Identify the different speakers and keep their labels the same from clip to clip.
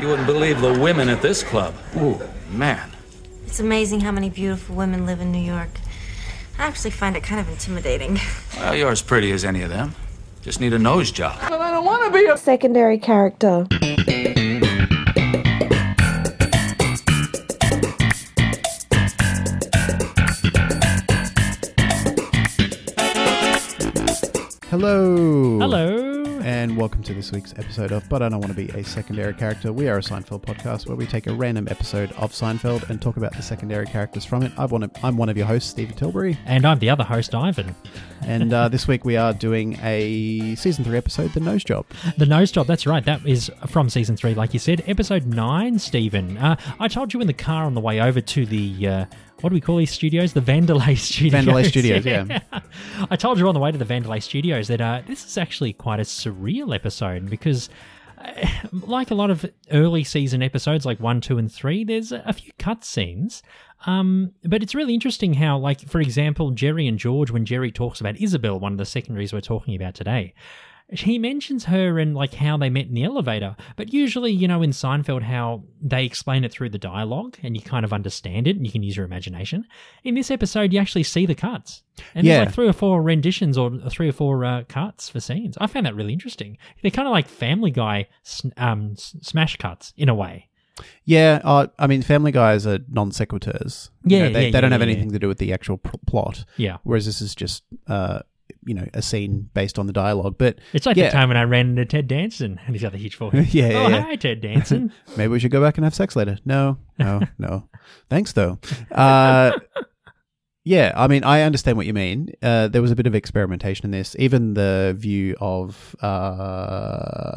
Speaker 1: You wouldn't believe the women at this club. Ooh, man.
Speaker 2: It's amazing how many beautiful women live in New York. I actually find it kind of intimidating.
Speaker 1: Well, you're as pretty as any of them. Just need a nose job.
Speaker 3: But I don't want to be a.
Speaker 4: Secondary character.
Speaker 5: Hello.
Speaker 6: Hello.
Speaker 5: And welcome to this week's episode of But I Don't Want to Be a Secondary Character. We are a Seinfeld podcast where we take a random episode of Seinfeld and talk about the secondary characters from it. I want to, I'm one of your hosts, Stephen Tilbury.
Speaker 6: And I'm the other host, Ivan.
Speaker 5: And uh, this week we are doing a season three episode, The Nose Job.
Speaker 6: The nose job, that's right. That is from season three, like you said, episode nine, Stephen. Uh, I told you in the car on the way over to the. Uh, what do we call these studios? The Vandalay Studios.
Speaker 5: Vandalay Studios, yeah.
Speaker 6: I told you on the way to the Vandalay Studios that uh, this is actually quite a surreal episode because, uh, like a lot of early season episodes, like one, two, and three, there's a few cutscenes. Um, but it's really interesting how, like, for example, Jerry and George, when Jerry talks about Isabel, one of the secondaries we're talking about today, he mentions her and like how they met in the elevator. But usually, you know, in Seinfeld, how they explain it through the dialogue and you kind of understand it and you can use your imagination. In this episode, you actually see the cuts. And
Speaker 5: Yeah.
Speaker 6: there's like three or four renditions or three or four uh, cuts for scenes. I found that really interesting. They're kind of like Family Guy sn- um, s- smash cuts in a way.
Speaker 5: Yeah, uh, I mean, Family Guys are non sequiturs.
Speaker 6: Yeah,
Speaker 5: they,
Speaker 6: yeah,
Speaker 5: they don't
Speaker 6: yeah,
Speaker 5: have
Speaker 6: yeah,
Speaker 5: anything to do with the actual pl- plot.
Speaker 6: Yeah.
Speaker 5: Whereas this is just, uh, you know, a scene based on the dialogue. But
Speaker 6: It's like
Speaker 5: yeah,
Speaker 6: the time when I ran into Ted Danson and he's got the huge forehead.
Speaker 5: Yeah, yeah,
Speaker 6: Oh,
Speaker 5: yeah.
Speaker 6: hi, Ted Danson.
Speaker 5: Maybe we should go back and have sex later. No, no, no. Thanks, though. Uh, yeah, I mean, I understand what you mean. Uh, there was a bit of experimentation in this. Even the view of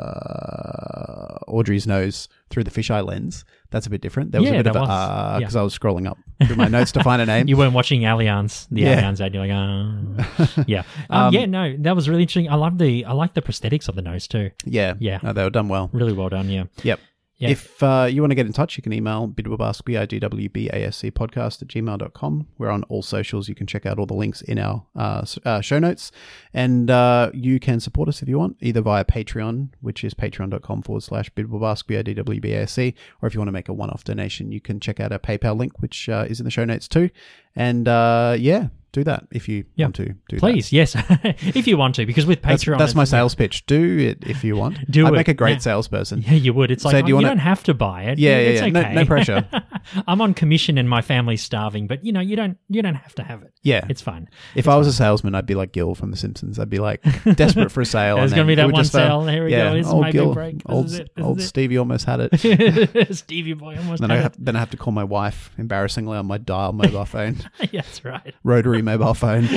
Speaker 5: uh, Audrey's nose through the fisheye lens, that's a bit different. There was
Speaker 6: Yeah,
Speaker 5: a bit of
Speaker 6: there
Speaker 5: a,
Speaker 6: was. Yeah.
Speaker 5: because I was scrolling up through my notes to find a name.
Speaker 6: you weren't watching Allianz, the
Speaker 5: Yeah.
Speaker 6: Allianz ad. You're like, oh. yeah, um, yeah. No, that was really interesting. I love the, I like the prosthetics of the nose too.
Speaker 5: yeah,
Speaker 6: Yeah.
Speaker 5: No, they were done well.
Speaker 6: Really well done. Yeah.
Speaker 5: Yep.
Speaker 6: Yeah.
Speaker 5: If uh, you want to get in touch, you can email bidwabasky, I-D-W-B-A-S-C podcast at gmail.com. We're on all socials. You can check out all the links in our uh, s- uh, show notes. And uh, you can support us if you want, either via Patreon, which is patreon.com forward slash bidwabasky, I-D-W-B-A-S-C. Or if you want to make a one-off donation, you can check out our PayPal link, which uh, is in the show notes too. And uh, yeah, do that if you
Speaker 6: Yeah.
Speaker 5: want to do
Speaker 6: Please, yes, if you want to, because with
Speaker 5: that. That's,
Speaker 6: Patreon,
Speaker 5: that's my
Speaker 6: it's-
Speaker 5: sales pitch. Do it if you want.
Speaker 6: Do
Speaker 5: I'd
Speaker 6: it.
Speaker 5: make a great
Speaker 6: Yeah.
Speaker 5: salesperson.
Speaker 6: Yeah, you would. It's like
Speaker 5: So
Speaker 6: oh,
Speaker 5: do you
Speaker 6: you,
Speaker 5: wanna-
Speaker 6: don't have to buy it.
Speaker 5: Yeah, yeah,
Speaker 6: it's
Speaker 5: yeah. No-
Speaker 6: okay.
Speaker 5: no pressure.
Speaker 6: I'm on commission and my family's starving, but you know, you don't, you don't have to have it.
Speaker 5: Yeah.
Speaker 6: it's fine.
Speaker 5: If I was a salesman, I'd be like Gil from The Simpsons. I'd be like desperate for a sale.
Speaker 6: There's
Speaker 5: and then
Speaker 6: gonna be that
Speaker 5: he would
Speaker 6: one
Speaker 5: just, uh,
Speaker 6: sale. Here we go. This is my big break. This
Speaker 5: old,
Speaker 6: is it. This
Speaker 5: old
Speaker 6: is it.
Speaker 5: Stevie almost had it.
Speaker 6: Stevie boy almost
Speaker 5: then
Speaker 6: had
Speaker 5: I
Speaker 6: it.
Speaker 5: have, then I have to call my wife embarrassingly on my dial mobile phone,
Speaker 6: yeah, that's right.
Speaker 5: rotary mobile phone.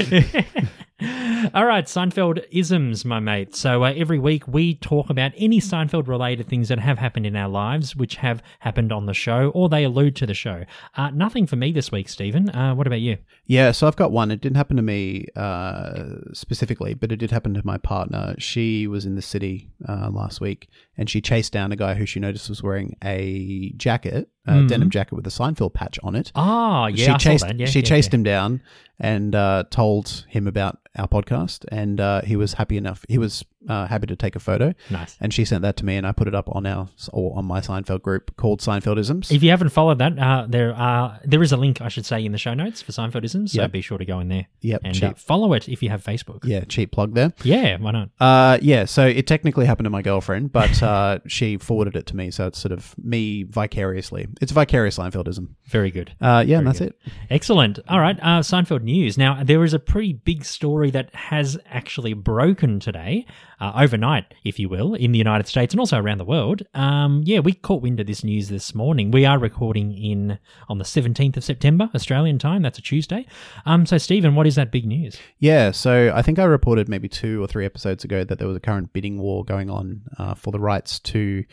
Speaker 6: All right, Seinfeld isms, my mate. So uh, every week we talk about any Seinfeld related things that have happened in our lives, which have happened on the show, or they allude to the show. Uh, nothing for me this week, Stephen. Uh, what about you?
Speaker 5: Yeah, so I've got one. It didn't happen to me uh, specifically, but it did happen to my partner. She was in the city uh, last week, and she chased down a guy who she noticed was wearing a jacket, a
Speaker 6: Mm.
Speaker 5: denim jacket with a Seinfeld patch on it.
Speaker 6: Oh, yeah, I
Speaker 5: she
Speaker 6: saw
Speaker 5: chased
Speaker 6: that. Yeah,
Speaker 5: she
Speaker 6: yeah,
Speaker 5: chased
Speaker 6: yeah.
Speaker 5: him down and uh, told him about our podcast, and uh, he was happy enough. He was uh, happy to take a photo.
Speaker 6: Nice.
Speaker 5: And she sent that to me, and I put it up on our or on my Seinfeld group called Seinfeldisms.
Speaker 6: If you haven't followed that, uh, there are there is a link I should say in the show notes for Seinfeldism, so
Speaker 5: Yep.
Speaker 6: be sure to go in there.
Speaker 5: Yep,
Speaker 6: and
Speaker 5: cheap.
Speaker 6: uh, follow it if you have Facebook.
Speaker 5: yeah, cheap plug there.
Speaker 6: yeah, why not?
Speaker 5: Uh, yeah, so it technically happened to my girlfriend, but uh, she forwarded it to me, so it's sort of me vicariously. It's vicarious Seinfeldism.
Speaker 6: Very good.
Speaker 5: Uh, yeah, and that's it.
Speaker 6: Excellent. All right, uh, Seinfeld news. Now there is a pretty big story that has actually broken today, uh, overnight, if you will, in the United States and also around the world. Um, yeah, we caught wind of this news this morning. We are recording in on the seventeenth of September, Australian time. That's a Tuesday. Um, so Stephen, what is that big news?
Speaker 5: Yeah, so I think I reported maybe two or three episodes ago that there was a current bidding war going on uh, for the rights to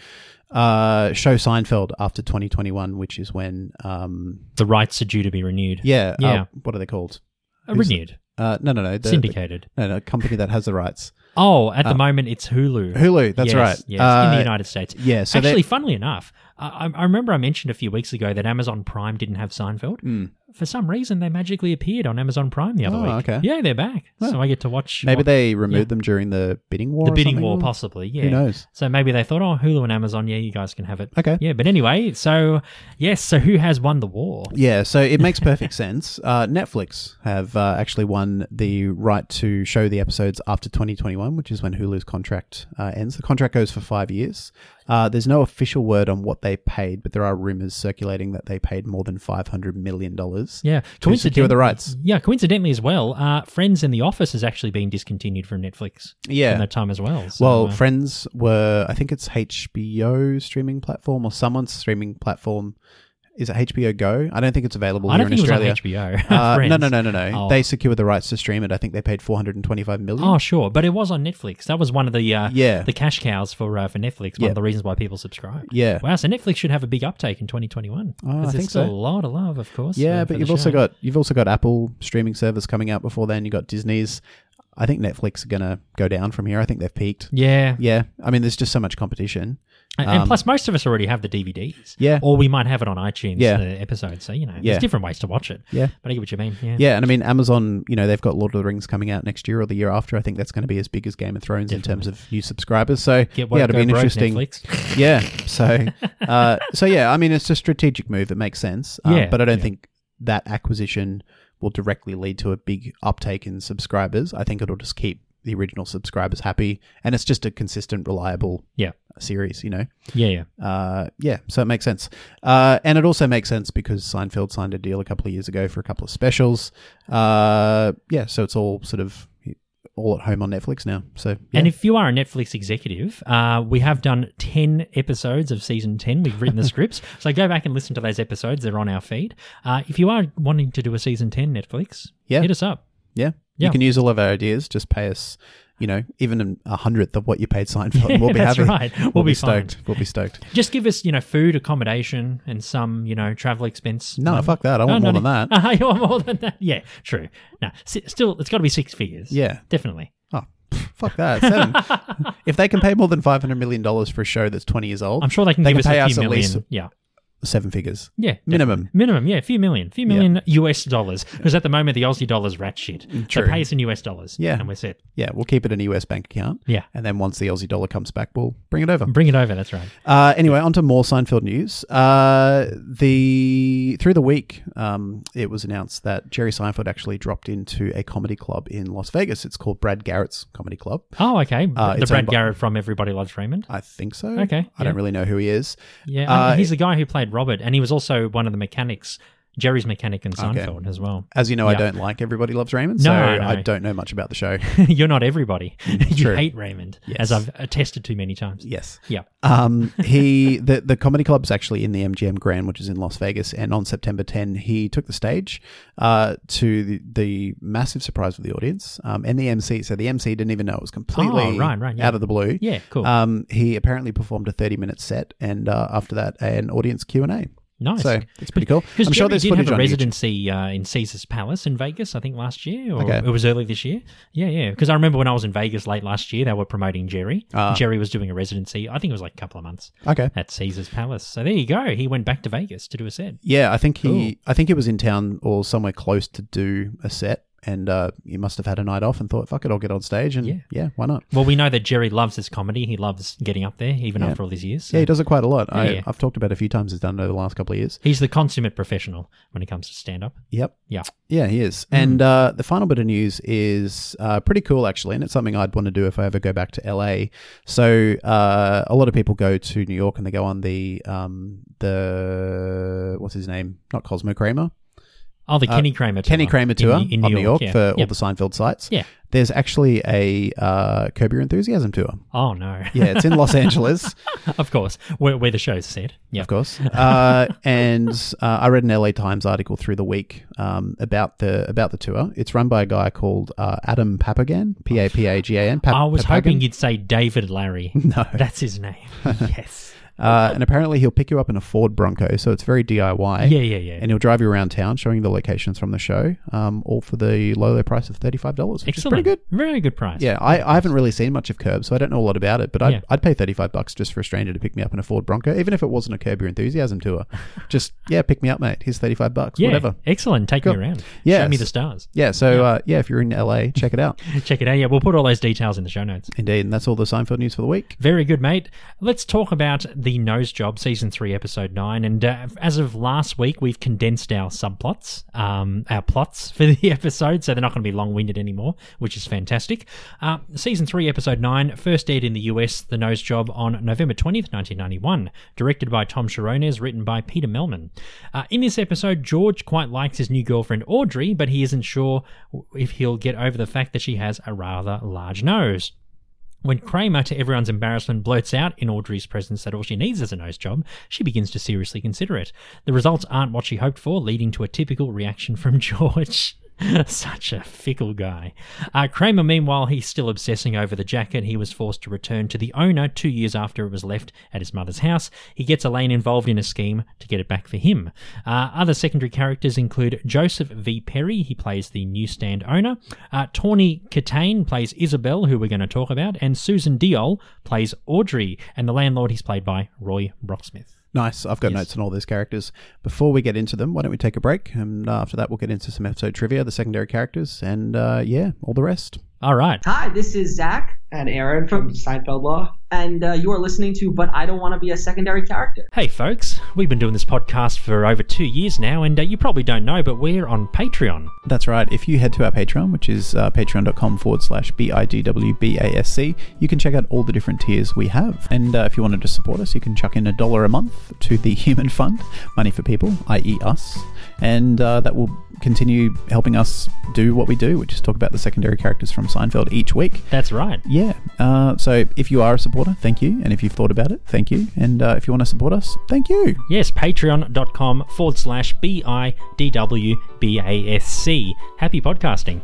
Speaker 5: uh, show Seinfeld after 2021, which is when, um,
Speaker 6: The rights are due to be renewed.
Speaker 5: yeah, uh,
Speaker 6: Yeah.
Speaker 5: what are they called?
Speaker 6: Uh,
Speaker 5: who's-
Speaker 6: renewed,
Speaker 5: Uh, no, no, no, the,
Speaker 6: syndicated.
Speaker 5: No, no, company that has the rights.
Speaker 6: Oh, at the moment it's Hulu.
Speaker 5: Uh, Hulu, that's
Speaker 6: Yes,
Speaker 5: right.
Speaker 6: Yes, in
Speaker 5: Uh,
Speaker 6: the United States.
Speaker 5: yeah, so they-
Speaker 6: actually, funnily enough, I, I- I remember I mentioned a few weeks ago that Amazon Prime didn't have Seinfeld. for some reason, they magically appeared on Amazon Prime the other
Speaker 5: Oh,
Speaker 6: week.
Speaker 5: okay.
Speaker 6: Yeah, they're back. So I get to watch.
Speaker 5: Maybe
Speaker 6: what-
Speaker 5: they removed
Speaker 6: yeah.
Speaker 5: them during the bidding war.
Speaker 6: The
Speaker 5: or
Speaker 6: bidding
Speaker 5: something?
Speaker 6: war, possibly. Yeah.
Speaker 5: knows?
Speaker 6: So maybe they thought, oh, Hulu and Amazon, yeah, you guys can have it.
Speaker 5: Okay.
Speaker 6: Yeah, but anyway, so yes, so who has won the war?
Speaker 5: Yeah, so it makes perfect sense. Uh, Netflix have uh, actually won the right to show the episodes after 2021, which is when Hulu's contract uh, ends. The contract goes for five years. Uh, there's no official word on what they paid, but there are rumors circulating that they paid more than 500 million dollars.
Speaker 6: Yeah,
Speaker 5: to secure the rights.
Speaker 6: Yeah, coincidentally as well, uh, Friends and The Office has actually been discontinued from Netflix.
Speaker 5: Yeah.
Speaker 6: in that time as well. So,
Speaker 5: Well,
Speaker 6: uh,
Speaker 5: Friends were, I think it's HBO streaming platform or someone's streaming platform. Is it HBO Go? I don't think it's available
Speaker 6: I
Speaker 5: here
Speaker 6: don't think
Speaker 5: in
Speaker 6: it was on
Speaker 5: Australia.
Speaker 6: HBO.
Speaker 5: Uh, no,
Speaker 6: Friends.
Speaker 5: no, no, no, no.
Speaker 6: Oh.
Speaker 5: They secured the rights to stream it. I think they paid 425 million.
Speaker 6: Oh, sure, but it was on Netflix. That was one of the uh,
Speaker 5: Yeah.
Speaker 6: the cash cows for uh, for Netflix. One
Speaker 5: Yeah.
Speaker 6: of the reasons why people subscribe.
Speaker 5: Yeah.
Speaker 6: Wow, so Netflix should have a big uptake in 2021.
Speaker 5: Oh, I
Speaker 6: 'Cause
Speaker 5: think
Speaker 6: it's
Speaker 5: so.
Speaker 6: a lot of love, of course.
Speaker 5: Yeah,
Speaker 6: for- for
Speaker 5: but
Speaker 6: the
Speaker 5: you've also
Speaker 6: show.
Speaker 5: got you've also got Apple streaming service coming out before then. You got Disney's. I think Netflix are gonna go down from here. I think they've peaked.
Speaker 6: yeah,
Speaker 5: Yeah, I mean, there's just so much competition.
Speaker 6: And, and
Speaker 5: Um,
Speaker 6: plus, most of us already have the DVDs.
Speaker 5: Yeah.
Speaker 6: Or we might have it on iTunes,
Speaker 5: Yeah.
Speaker 6: the episode. So, you know,
Speaker 5: Yeah.
Speaker 6: there's different ways to watch it.
Speaker 5: Yeah.
Speaker 6: But I get what you mean. Yeah.
Speaker 5: Yeah, and I mean Amazon. You know, they've got Lord of the Rings coming out next year or the year after. I think that's going to be as big as Game of Thrones in terms of new subscribers. So
Speaker 6: Get what
Speaker 5: yeah, it'll be an
Speaker 6: broke,
Speaker 5: interesting.
Speaker 6: Netflix.
Speaker 5: Yeah, so uh, so yeah, I mean, it's a strategic move. It makes sense. Uh,
Speaker 6: Yeah,
Speaker 5: but I don't
Speaker 6: yeah.
Speaker 5: think that acquisition will directly lead to a big uptake in subscribers. I think it'll just keep the original subscribers happy, and it's just a consistent, reliable
Speaker 6: Yeah.
Speaker 5: series. You know.
Speaker 6: Yeah, yeah.
Speaker 5: Uh, yeah, so it makes sense. Uh, and it also makes sense because Seinfeld signed a deal a couple of years ago for a couple of specials. Uh, yeah, so it's all sort of all at home on Netflix now. So yeah.
Speaker 6: And if you are a Netflix executive, uh, we have done 10 episodes of season 10. We've written the scripts. So go back and listen to those episodes. They're on our feed. Uh, if you are wanting to do a season 10 Netflix,
Speaker 5: Yeah.
Speaker 6: hit us up.
Speaker 5: yeah,
Speaker 6: Yeah.
Speaker 5: you can use all of our ideas. Just pay us, you know, even a hundredth of what you paid Seinfeld, and we'll be
Speaker 6: That's
Speaker 5: happy.
Speaker 6: right. We'll be fine.
Speaker 5: stoked. We'll be stoked.
Speaker 6: Just give us, you know, food, accommodation, and some, you know, travel expense.
Speaker 5: No, fuck that. I want more than that.
Speaker 6: Uh, you want more than that? Yeah, true. No, s- still, it's got to be six figures.
Speaker 5: Yeah.
Speaker 6: Definitely.
Speaker 5: Oh, pff, fuck that. Seven. if they can pay more than five hundred million dollars for a show that's twenty years old,
Speaker 6: I'm sure they can
Speaker 5: they
Speaker 6: give
Speaker 5: can
Speaker 6: us
Speaker 5: pay
Speaker 6: a few
Speaker 5: us at
Speaker 6: million.
Speaker 5: least
Speaker 6: yeah.
Speaker 5: seven figures.
Speaker 6: Yeah.
Speaker 5: Minimum.
Speaker 6: definitely. Minimum, yeah. A few million. A few million US dollars. Because at the moment, the Aussie dollar's rat shit.
Speaker 5: Mm, True.
Speaker 6: So pay us in US dollars.
Speaker 5: Yeah.
Speaker 6: And we're set.
Speaker 5: Yeah, we'll keep it in a US bank account.
Speaker 6: Yeah.
Speaker 5: And then once the Aussie dollar comes back, we'll bring it over.
Speaker 6: Bring it over. That's right.
Speaker 5: Uh, anyway, on to more Seinfeld news. Uh, the through the week, um, it was announced that Jerry Seinfeld actually dropped into a comedy club in Las Vegas. It's called Brad Garrett's Comedy Club.
Speaker 6: Oh, okay.
Speaker 5: Uh,
Speaker 6: the
Speaker 5: it's
Speaker 6: Brad
Speaker 5: owned by-
Speaker 6: Garrett from Everybody Loves Raymond.
Speaker 5: I think so.
Speaker 6: Okay,
Speaker 5: I
Speaker 6: yeah.
Speaker 5: don't really know who he is.
Speaker 6: Yeah.
Speaker 5: Uh,
Speaker 6: he's the guy who played Robert, and he was also one of the mechanics, Jerry's mechanic in Seinfeld as well.
Speaker 5: As you know, I
Speaker 6: Yeah.
Speaker 5: don't like Everybody Loves Raymond, so
Speaker 6: No, no.
Speaker 5: I don't know much about the show.
Speaker 6: You're not everybody. you
Speaker 5: Mm, true.
Speaker 6: hate Raymond,
Speaker 5: Yes.
Speaker 6: as I've attested to many times.
Speaker 5: yes.
Speaker 6: Yeah.
Speaker 5: Um, he the the comedy club's actually in the MGM Grand, which is in Las Vegas, and on September 10, he took the stage uh, to the, the massive surprise of the audience um, and the MC. So the MC didn't even know it was completely
Speaker 6: Oh, right, right, yeah.
Speaker 5: out of the blue.
Speaker 6: Yeah, cool.
Speaker 5: Um, he apparently performed a 30 minute set, and uh, after that, an audience Q and A.
Speaker 6: Nice.
Speaker 5: So it's pretty cool.
Speaker 6: Because
Speaker 5: I'm
Speaker 6: Jerry
Speaker 5: sure there's
Speaker 6: did
Speaker 5: footage
Speaker 6: have a
Speaker 5: on YouTube.
Speaker 6: residency uh, in Caesar's Palace in Vegas, I think last year, or
Speaker 5: Okay.
Speaker 6: it was early this year. Yeah, yeah. Because I remember when I was in Vegas late last year, they were promoting Jerry.
Speaker 5: Ah.
Speaker 6: Jerry was doing a residency. I think it was like a couple of months
Speaker 5: Okay.
Speaker 6: at Caesar's Palace. So there you go. He went back to Vegas to do a set.
Speaker 5: Yeah, I think he I think he was in town or somewhere close to do a set, and uh, he must have had a night off and thought, "Fuck it, I'll get on stage." And
Speaker 6: Yeah.
Speaker 5: yeah why not?
Speaker 6: Well, we know that Jerry loves his comedy. He loves getting up there, even after all these years. So
Speaker 5: Yeah, he does it quite a lot. I,
Speaker 6: yeah.
Speaker 5: I've talked about it a few times. He's done it over the last couple of years.
Speaker 6: He's the consummate professional when it comes to stand up.
Speaker 5: Yep.
Speaker 6: Yeah.
Speaker 5: Yeah, he is.
Speaker 6: Mm.
Speaker 5: And uh, the final bit of news is uh, pretty cool, actually, and it's something I'd want to do if I ever go back to LA. So uh, a lot of people go to New York and they go on the um, the what's his name? Not Cosmo Kramer.
Speaker 6: Oh, the Kenny Kramer tour.
Speaker 5: Uh, Kenny Kramer
Speaker 6: in-
Speaker 5: tour
Speaker 6: in,
Speaker 5: on New York,
Speaker 6: yeah.
Speaker 5: for all
Speaker 6: Yep.
Speaker 5: the Seinfeld sites.
Speaker 6: Yeah.
Speaker 5: There's actually a uh, Curb Your Enthusiasm tour.
Speaker 6: Oh, no.
Speaker 5: Yeah, it's in Los Angeles,
Speaker 6: of course, where, where the show's set. Yeah.
Speaker 5: of course. Uh, and uh, I read an LA Times article through the week um, about the about the tour. It's run by a guy called uh, Adam Papagan, P A P A G A N. Pap-
Speaker 6: I was
Speaker 5: Papagan.
Speaker 6: hoping you'd say David Larry. No. That's his name. yes.
Speaker 5: Uh, and apparently, he'll pick you up in a Ford Bronco, so it's very DIY.
Speaker 6: Yeah, yeah, yeah.
Speaker 5: And he'll drive you around town, showing the locations from the show, um, all for the low, low price of thirty-five dollars, which
Speaker 6: Excellent.
Speaker 5: is pretty good.
Speaker 6: Very good price.
Speaker 5: Yeah, I, I haven't really seen much of Curb, so I don't know a lot about it, but I'd,
Speaker 6: Yeah.
Speaker 5: I'd pay 35 bucks just for a stranger to pick me up in a Ford Bronco, even if it wasn't a Curb Your Enthusiasm tour. just, yeah, pick me up, mate. Here's 35 bucks,
Speaker 6: Yeah,
Speaker 5: whatever.
Speaker 6: Excellent. Take
Speaker 5: Cool.
Speaker 6: me around.
Speaker 5: Yes.
Speaker 6: Show me the stars.
Speaker 5: Yeah, so, Uh, yeah, if you're in LA, check it out.
Speaker 6: Check it out. Yeah, we'll put all those details in the show notes.
Speaker 5: Indeed, and that's all the Seinfeld news for the week.
Speaker 6: Very good, mate. Let's talk about the Nose Job season three, episode nine. And uh, as of last week, we've condensed our subplots, um, our plots for the episode, so they're not going to be long-winded anymore, which is fantastic. Uh, season three, episode nine, first aired in the US, The Nose Job, on November twentieth, nineteen ninety-one. Directed by Tom Sharones, written by Peter Melman. Uh, in this episode, George quite likes his new girlfriend Audrey, but he isn't sure if he'll get over the fact that she has a rather large nose. When Kramer, to everyone's embarrassment, blurts out in Audrey's presence that all she needs is a nose job, she begins to seriously consider it. The results aren't what she hoped for, leading to a typical reaction from George. Such a fickle guy. Uh, Kramer, meanwhile, he's still obsessing over the jacket he was forced to return to the owner two years after it was left at his mother's house. He gets Elaine involved in a scheme to get it back for him. Uh, other secondary characters include Joseph V. Perry, he plays the newsstand owner. Uh, Tawny Catane plays Isabel, who we're going to talk about, and Susan Diol plays Audrey, and the landlord he's played by Roy Brocksmith.
Speaker 5: Nice. I've got
Speaker 6: Yes.
Speaker 5: notes on all those characters. Before we get into them, why don't we take a break? And uh, after that, we'll get into some episode trivia, the secondary characters, and uh, yeah, all the rest.
Speaker 6: All right.
Speaker 3: Hi, this is Zach and Aaron from Seinfeld Law, and uh, you are listening to But I Don't Want to Be a Secondary Character.
Speaker 6: Hey, folks. We've been doing this podcast for over two years now, and uh, you probably don't know, but we're on Patreon.
Speaker 5: That's right. If you head to our Patreon, which is uh, patreon.com forward slash BIDWBASC, E, you can check out all the different tiers we have. And uh, if you wanted to support us, you can chuck in a dollar a month to the Human Fund, money for people, i.e., us. And uh, that will continue helping us do what we do, which is talk about the secondary characters from Seinfeld each week.
Speaker 6: That's right.
Speaker 5: Yeah. Uh, so if you are a supporter, thank you. And if you've thought about it, thank you. And uh, if you want to support us, thank you.
Speaker 6: Yes, patreon.com forward slash B I D W B A S C. Happy podcasting.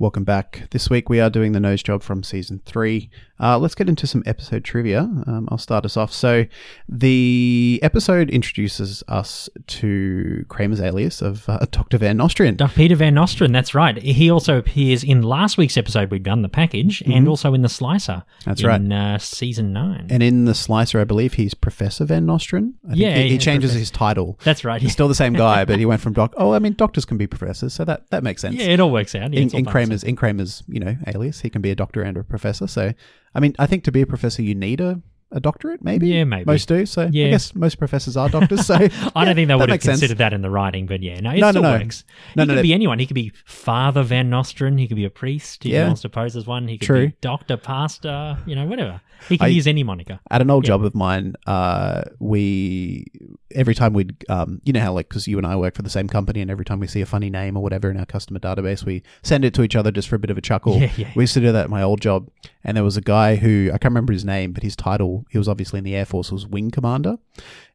Speaker 5: Welcome back. This week we are doing the nose job from season three. Uh, let's get into some episode trivia. Um, I'll start us off. So, the episode introduces us to Kramer's alias of uh, Dr. Van Nostrand.
Speaker 6: Dr. Peter Van Nostrand, that's right. He also appears in last week's episode we've done, The Package, and also in The Slicer.
Speaker 5: Mm-hmm. That's
Speaker 6: in,
Speaker 5: right.
Speaker 6: uh, season nine.
Speaker 5: and in the slicer, I believe he's Professor Van Nostrand. I think
Speaker 6: Yeah,
Speaker 5: he, he
Speaker 6: yeah,
Speaker 5: changes
Speaker 6: Professor.
Speaker 5: his title.
Speaker 6: that's right.
Speaker 5: He's still the same guy, but he went from doc. Oh, I mean, doctors can be professors, so that, that makes sense.
Speaker 6: yeah, it all works out. Yeah,
Speaker 5: in,
Speaker 6: it's all
Speaker 5: in
Speaker 6: fine.
Speaker 5: Kramer's in Kramer's you know alias, he can be a doctor and a professor. So, I mean, I think to be a professor, you need a, a doctorate, maybe.
Speaker 6: Yeah, maybe.
Speaker 5: most do. So, I
Speaker 6: Yeah.
Speaker 5: guess most professors are doctors. So,
Speaker 6: I don't think they would have
Speaker 5: makes sense.
Speaker 6: considered that in the writing, but yeah, no, it
Speaker 5: No, no,
Speaker 6: still
Speaker 5: no.
Speaker 6: works.
Speaker 5: No,
Speaker 6: he
Speaker 5: no,
Speaker 6: could
Speaker 5: no.
Speaker 6: be anyone. He could be Father Van Nostrand. He could be a priest. He
Speaker 5: Yeah.
Speaker 6: wants to pose as one. He could
Speaker 5: True.
Speaker 6: be doctor, pastor, you know, whatever. He can
Speaker 5: I-
Speaker 6: use any moniker.
Speaker 5: at an old job of mine, uh, we every time we'd um, you know how like because you and I work for the same company, and every time we see a funny name or whatever in our customer database, we send it to each other just for a bit of a chuckle.
Speaker 6: Yeah, yeah.
Speaker 5: We used to do that at my old job, and there was a guy who I can't remember his name, but his title he was obviously in the air force was wing commander,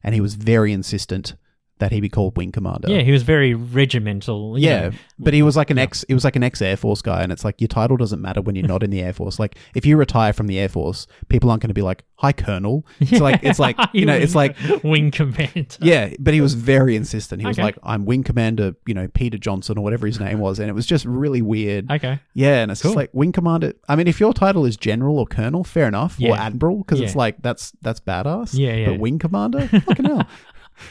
Speaker 5: and he was very insistent that he be called wing commander.
Speaker 6: Yeah, he was very regimental. you
Speaker 5: Yeah,
Speaker 6: know.
Speaker 5: but he was like an ex. He was like an ex Air Force guy, and it's like your title doesn't matter when you're not in the Air Force. Like if you retire from the Air Force, people aren't going to be like, "Hi, Colonel." It's like it's like you know, it's like
Speaker 6: wing command.
Speaker 5: yeah. But he was very insistent. He was
Speaker 6: Okay.
Speaker 5: like, "I'm Wing Commander," you know, Peter Johnson or whatever his name was, and it was just really weird.
Speaker 6: Okay.
Speaker 5: Yeah, and it's just
Speaker 6: Cool.
Speaker 5: like Wing Commander. I mean, if your title is General or Colonel, fair enough, or
Speaker 6: Yeah.
Speaker 5: Admiral, because it's
Speaker 6: Yeah.
Speaker 5: like that's that's badass.
Speaker 6: Yeah, yeah.
Speaker 5: But Wing Commander, fucking hell.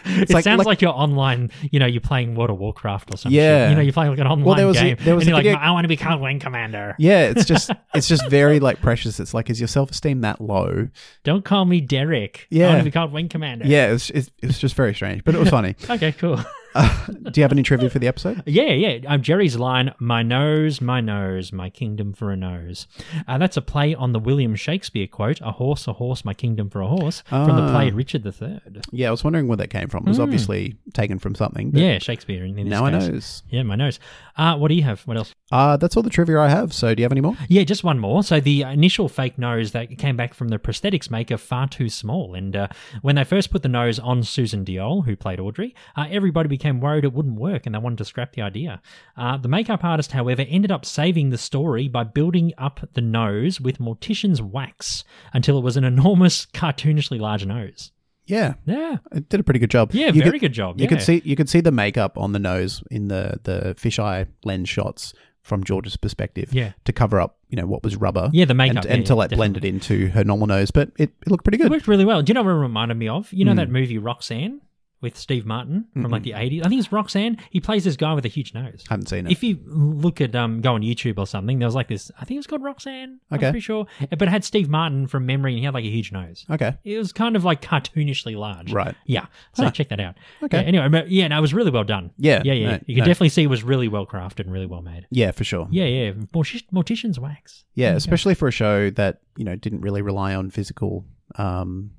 Speaker 5: It's
Speaker 6: it sounds like, you're online. You know, you're playing World of Warcraft or something.
Speaker 5: Yeah.
Speaker 6: You know, you're playing like an online
Speaker 5: there was a-
Speaker 6: game.
Speaker 5: there was
Speaker 6: and
Speaker 5: a
Speaker 6: you're like,
Speaker 5: video-
Speaker 6: I want to be called wing commander.
Speaker 5: Yeah, it's just it's just very like precious. It's like is your self esteem that low?
Speaker 6: Don't call me Derek. I
Speaker 5: Yeah.
Speaker 6: want to be called wing commander.
Speaker 5: Yeah, it was it's, it was just very strange, but it was funny.
Speaker 6: Okay. Cool.
Speaker 5: Uh, do you have any trivia for the episode?
Speaker 6: Yeah, yeah. Um, Jerry's line, "My nose, my nose, my kingdom for a nose." Uh, that's a play on the William Shakespeare quote, "A horse, a horse, my kingdom for a horse," from the play
Speaker 5: Ah.
Speaker 6: Richard III.
Speaker 5: Yeah, I was wondering where that came from. It was obviously taken from something. But
Speaker 6: Mm. Yeah, Shakespeare. In, in this
Speaker 5: now I
Speaker 6: case.
Speaker 5: knows.
Speaker 6: Yeah, my nose. Uh, what do you have? What else?
Speaker 5: Uh, that's all the trivia I have. So do you have any more?
Speaker 6: Yeah, just one more. So the initial fake nose that came back from the prosthetics maker far too small, and uh, when they first put the nose on Susan Diol, who played Audrey, uh, everybody became became worried it wouldn't work and they wanted to scrap the idea. Uh, the makeup artist, however, ended up saving the story by building up the nose with mortician's wax until it was an enormous, cartoonishly large nose.
Speaker 5: Yeah,
Speaker 6: Yeah.
Speaker 5: it did a pretty good job.
Speaker 6: Yeah,
Speaker 5: You
Speaker 6: very
Speaker 5: could-
Speaker 6: good job.
Speaker 5: You could
Speaker 6: yeah.
Speaker 5: see you could see the makeup on the nose in the the fisheye lens shots from George's perspective.
Speaker 6: Yeah.
Speaker 5: to cover up you know what was rubber.
Speaker 6: Yeah, the makeup,
Speaker 5: and,
Speaker 6: yeah,
Speaker 5: until
Speaker 6: yeah,
Speaker 5: that blended into her normal nose, but it, it looked pretty
Speaker 6: It
Speaker 5: good. Hmm.
Speaker 6: worked really well. Do you know what it reminded me of? You know that movie Roxanne with Steve Martin from like the 80s? I think it's Roxanne. He plays this guy with a huge nose.
Speaker 5: I haven't seen it.
Speaker 6: If you look at um, go on YouTube or something, there was like this. I think it was called Roxanne.
Speaker 5: Okay.
Speaker 6: I'm pretty sure, but it had Steve Martin from memory, and he had like a huge nose.
Speaker 5: okay,
Speaker 6: It was kind of like cartoonishly large.
Speaker 5: Right.
Speaker 6: Yeah. So
Speaker 5: Huh.
Speaker 6: check that out.
Speaker 5: Okay.
Speaker 6: Yeah, anyway, but yeah, no, it was really well done.
Speaker 5: Yeah,
Speaker 6: Yeah, yeah.
Speaker 5: no,
Speaker 6: you can
Speaker 5: no.
Speaker 6: definitely see it was really well crafted and really well made.
Speaker 5: yeah, for sure.
Speaker 6: Yeah, yeah. Mortici- Mortician's wax.
Speaker 5: Yeah, especially for a show that you know didn't really rely on physical, um,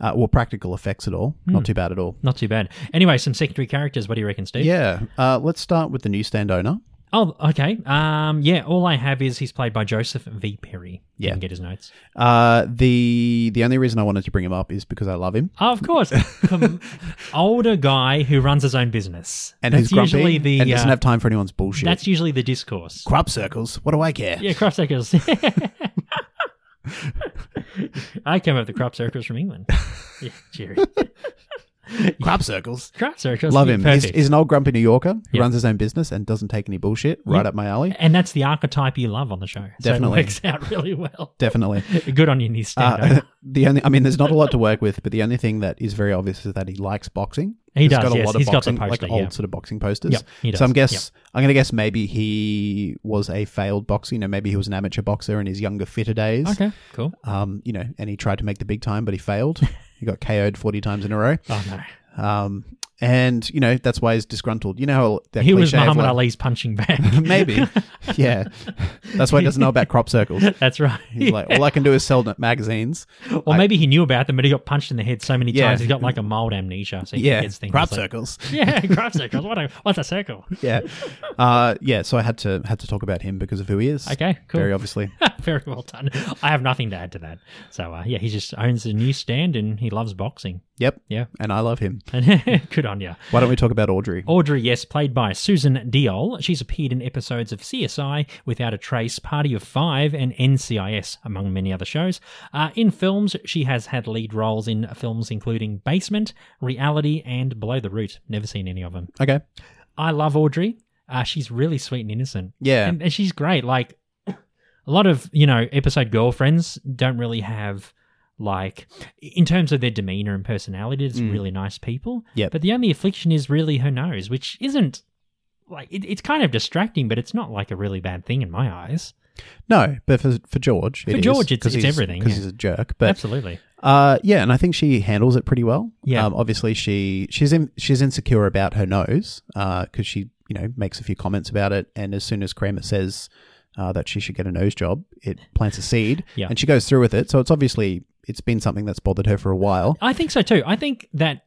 Speaker 5: uh, well, practical effects at all.
Speaker 6: Hmm.
Speaker 5: Not too bad at all.
Speaker 6: Not too bad. Anyway, some secondary characters. What do you reckon, Steve?
Speaker 5: Yeah, uh, let's start with the newsstand owner.
Speaker 6: Oh, okay. Um, yeah. All I have is he's played by Joseph V. Perry.
Speaker 5: Yeah.
Speaker 6: You can get his notes.
Speaker 5: Uh, the the only reason I wanted to bring him up is because I love him.
Speaker 6: Oh, of course, Com- older guy who runs his own business,
Speaker 5: And
Speaker 6: that's
Speaker 5: he's grumpy
Speaker 6: usually the
Speaker 5: and doesn't
Speaker 6: uh,
Speaker 5: have time for anyone's bullshit.
Speaker 6: that's usually the discourse.
Speaker 5: crop circles. What do I care?
Speaker 6: yeah, crop circles. I came up with the crop circles from England. Yeah, Jerry.
Speaker 5: crop circles.
Speaker 6: crop circles.
Speaker 5: Love
Speaker 6: yeah,
Speaker 5: him. He's,
Speaker 6: Perfect.
Speaker 5: he's an old grumpy New Yorker who
Speaker 6: Yeah.
Speaker 5: runs his own business and doesn't take any bullshit. Right up my alley.
Speaker 6: and that's the archetype you love on the show.
Speaker 5: Definitely.
Speaker 6: so it works out really well.
Speaker 5: Definitely.
Speaker 6: Good on you, new
Speaker 5: Uh,
Speaker 6: stand
Speaker 5: the only, I mean, there's not a lot to work with, but the only thing that is very obvious is that he likes boxing.
Speaker 6: He does, yes. He's got the
Speaker 5: boxing,
Speaker 6: poster,
Speaker 5: like old
Speaker 6: yeah.
Speaker 5: sort of boxing posters.
Speaker 6: Yep, he does,
Speaker 5: So I'm guess
Speaker 6: yep.
Speaker 5: I'm gonna guess maybe he was a failed boxer. You know, maybe he was an amateur boxer in his younger, fitter days.
Speaker 6: Okay, cool.
Speaker 5: Um, you know, and he tried to make the big time, but he failed. he got KO'd 40 times in a row.
Speaker 6: Oh no,
Speaker 5: Um, and you know that's why he's disgruntled. You know how that
Speaker 6: he
Speaker 5: cliche
Speaker 6: was
Speaker 5: of,
Speaker 6: Muhammad
Speaker 5: like-
Speaker 6: Ali's punching bag.
Speaker 5: Maybe, yeah. That's why he doesn't know about crop circles.
Speaker 6: That's right.
Speaker 5: He's like, all I can do is sell magazines.
Speaker 6: Or maybe he knew about them, but he got punched in the head so many
Speaker 5: Yeah.
Speaker 6: times he's got like a mild amnesia, so he
Speaker 5: Yeah,
Speaker 6: forgets things.
Speaker 5: crop
Speaker 6: It's like-
Speaker 5: circles.
Speaker 6: Yeah, crop circles. What a what's a circle?
Speaker 5: Yeah, uh, yeah. So I had to had to talk about him because of who he is.
Speaker 6: Okay, cool.
Speaker 5: Very obviously.
Speaker 6: Very well done. I have nothing to add to that. So uh, yeah, he just owns a newsstand and he loves boxing.
Speaker 5: Yep.
Speaker 6: Yeah.
Speaker 5: And I love him.
Speaker 6: And good on you.
Speaker 5: Why don't we talk about Audrey?
Speaker 6: Audrey, yes, played by Susan Diol. She's appeared in episodes of CSI, Without a Trace, Party of Five, and NCIS, among many other shows. Uh, in films, she has had lead roles in films including Basement, Reality, and Below the Root. Never seen any of them.
Speaker 5: Okay.
Speaker 6: I love Audrey. Uh, she's really sweet and innocent.
Speaker 5: Yeah.
Speaker 6: And, and she's great. Like, a lot of, you know, episode girlfriends don't really have, like, in terms of their demeanor and personality, it's really nice people.
Speaker 5: Mm. Yep.
Speaker 6: But the only affliction is really her nose, which isn't, like, it, it's kind of distracting, but it's not, like, a really bad thing in my eyes.
Speaker 5: No, but for for George,
Speaker 6: For George, it's- it's everything,
Speaker 5: because
Speaker 6: yeah.
Speaker 5: he's a jerk. But
Speaker 6: Absolutely.
Speaker 5: Uh, yeah, and I think she handles it pretty well.
Speaker 6: Yeah.
Speaker 5: Um, obviously, she she's in, she's insecure about her nose because she you know makes a few comments about it, and as soon as Kramer says uh, that she should get a nose job, it plants a seed,
Speaker 6: Yeah.
Speaker 5: and she goes through with it. So it's obviously it's been something that's bothered her for a while.
Speaker 6: I think so too. I think that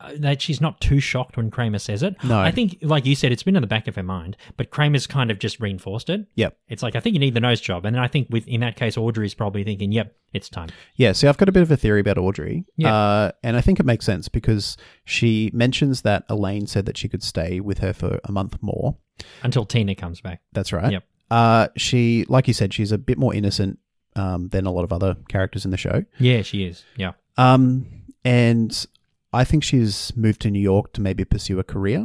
Speaker 6: uh, that she's not too shocked when Kramer says it.
Speaker 5: No.
Speaker 6: I think, like you said, it's been in the back of her mind, but Kramer's kind of just reinforced it.
Speaker 5: Yep.
Speaker 6: It's like I think you need the nose job, and then I think with in that case, Audrey's probably thinking, "Yep, it's time."
Speaker 5: Yeah, see, I've got a bit of a theory about Audrey.
Speaker 6: Yeah.
Speaker 5: Uh, and I think it makes sense because she mentions that Elaine said that she could stay with her for a month more.
Speaker 6: Until Tina comes back.
Speaker 5: That's right.
Speaker 6: Yep.
Speaker 5: Uh, she, like you said, she's a bit more innocent um, than a lot of other characters in the show.
Speaker 6: Yeah, she is. Yeah.
Speaker 5: Um, and I think she's moved to New York to maybe pursue a career.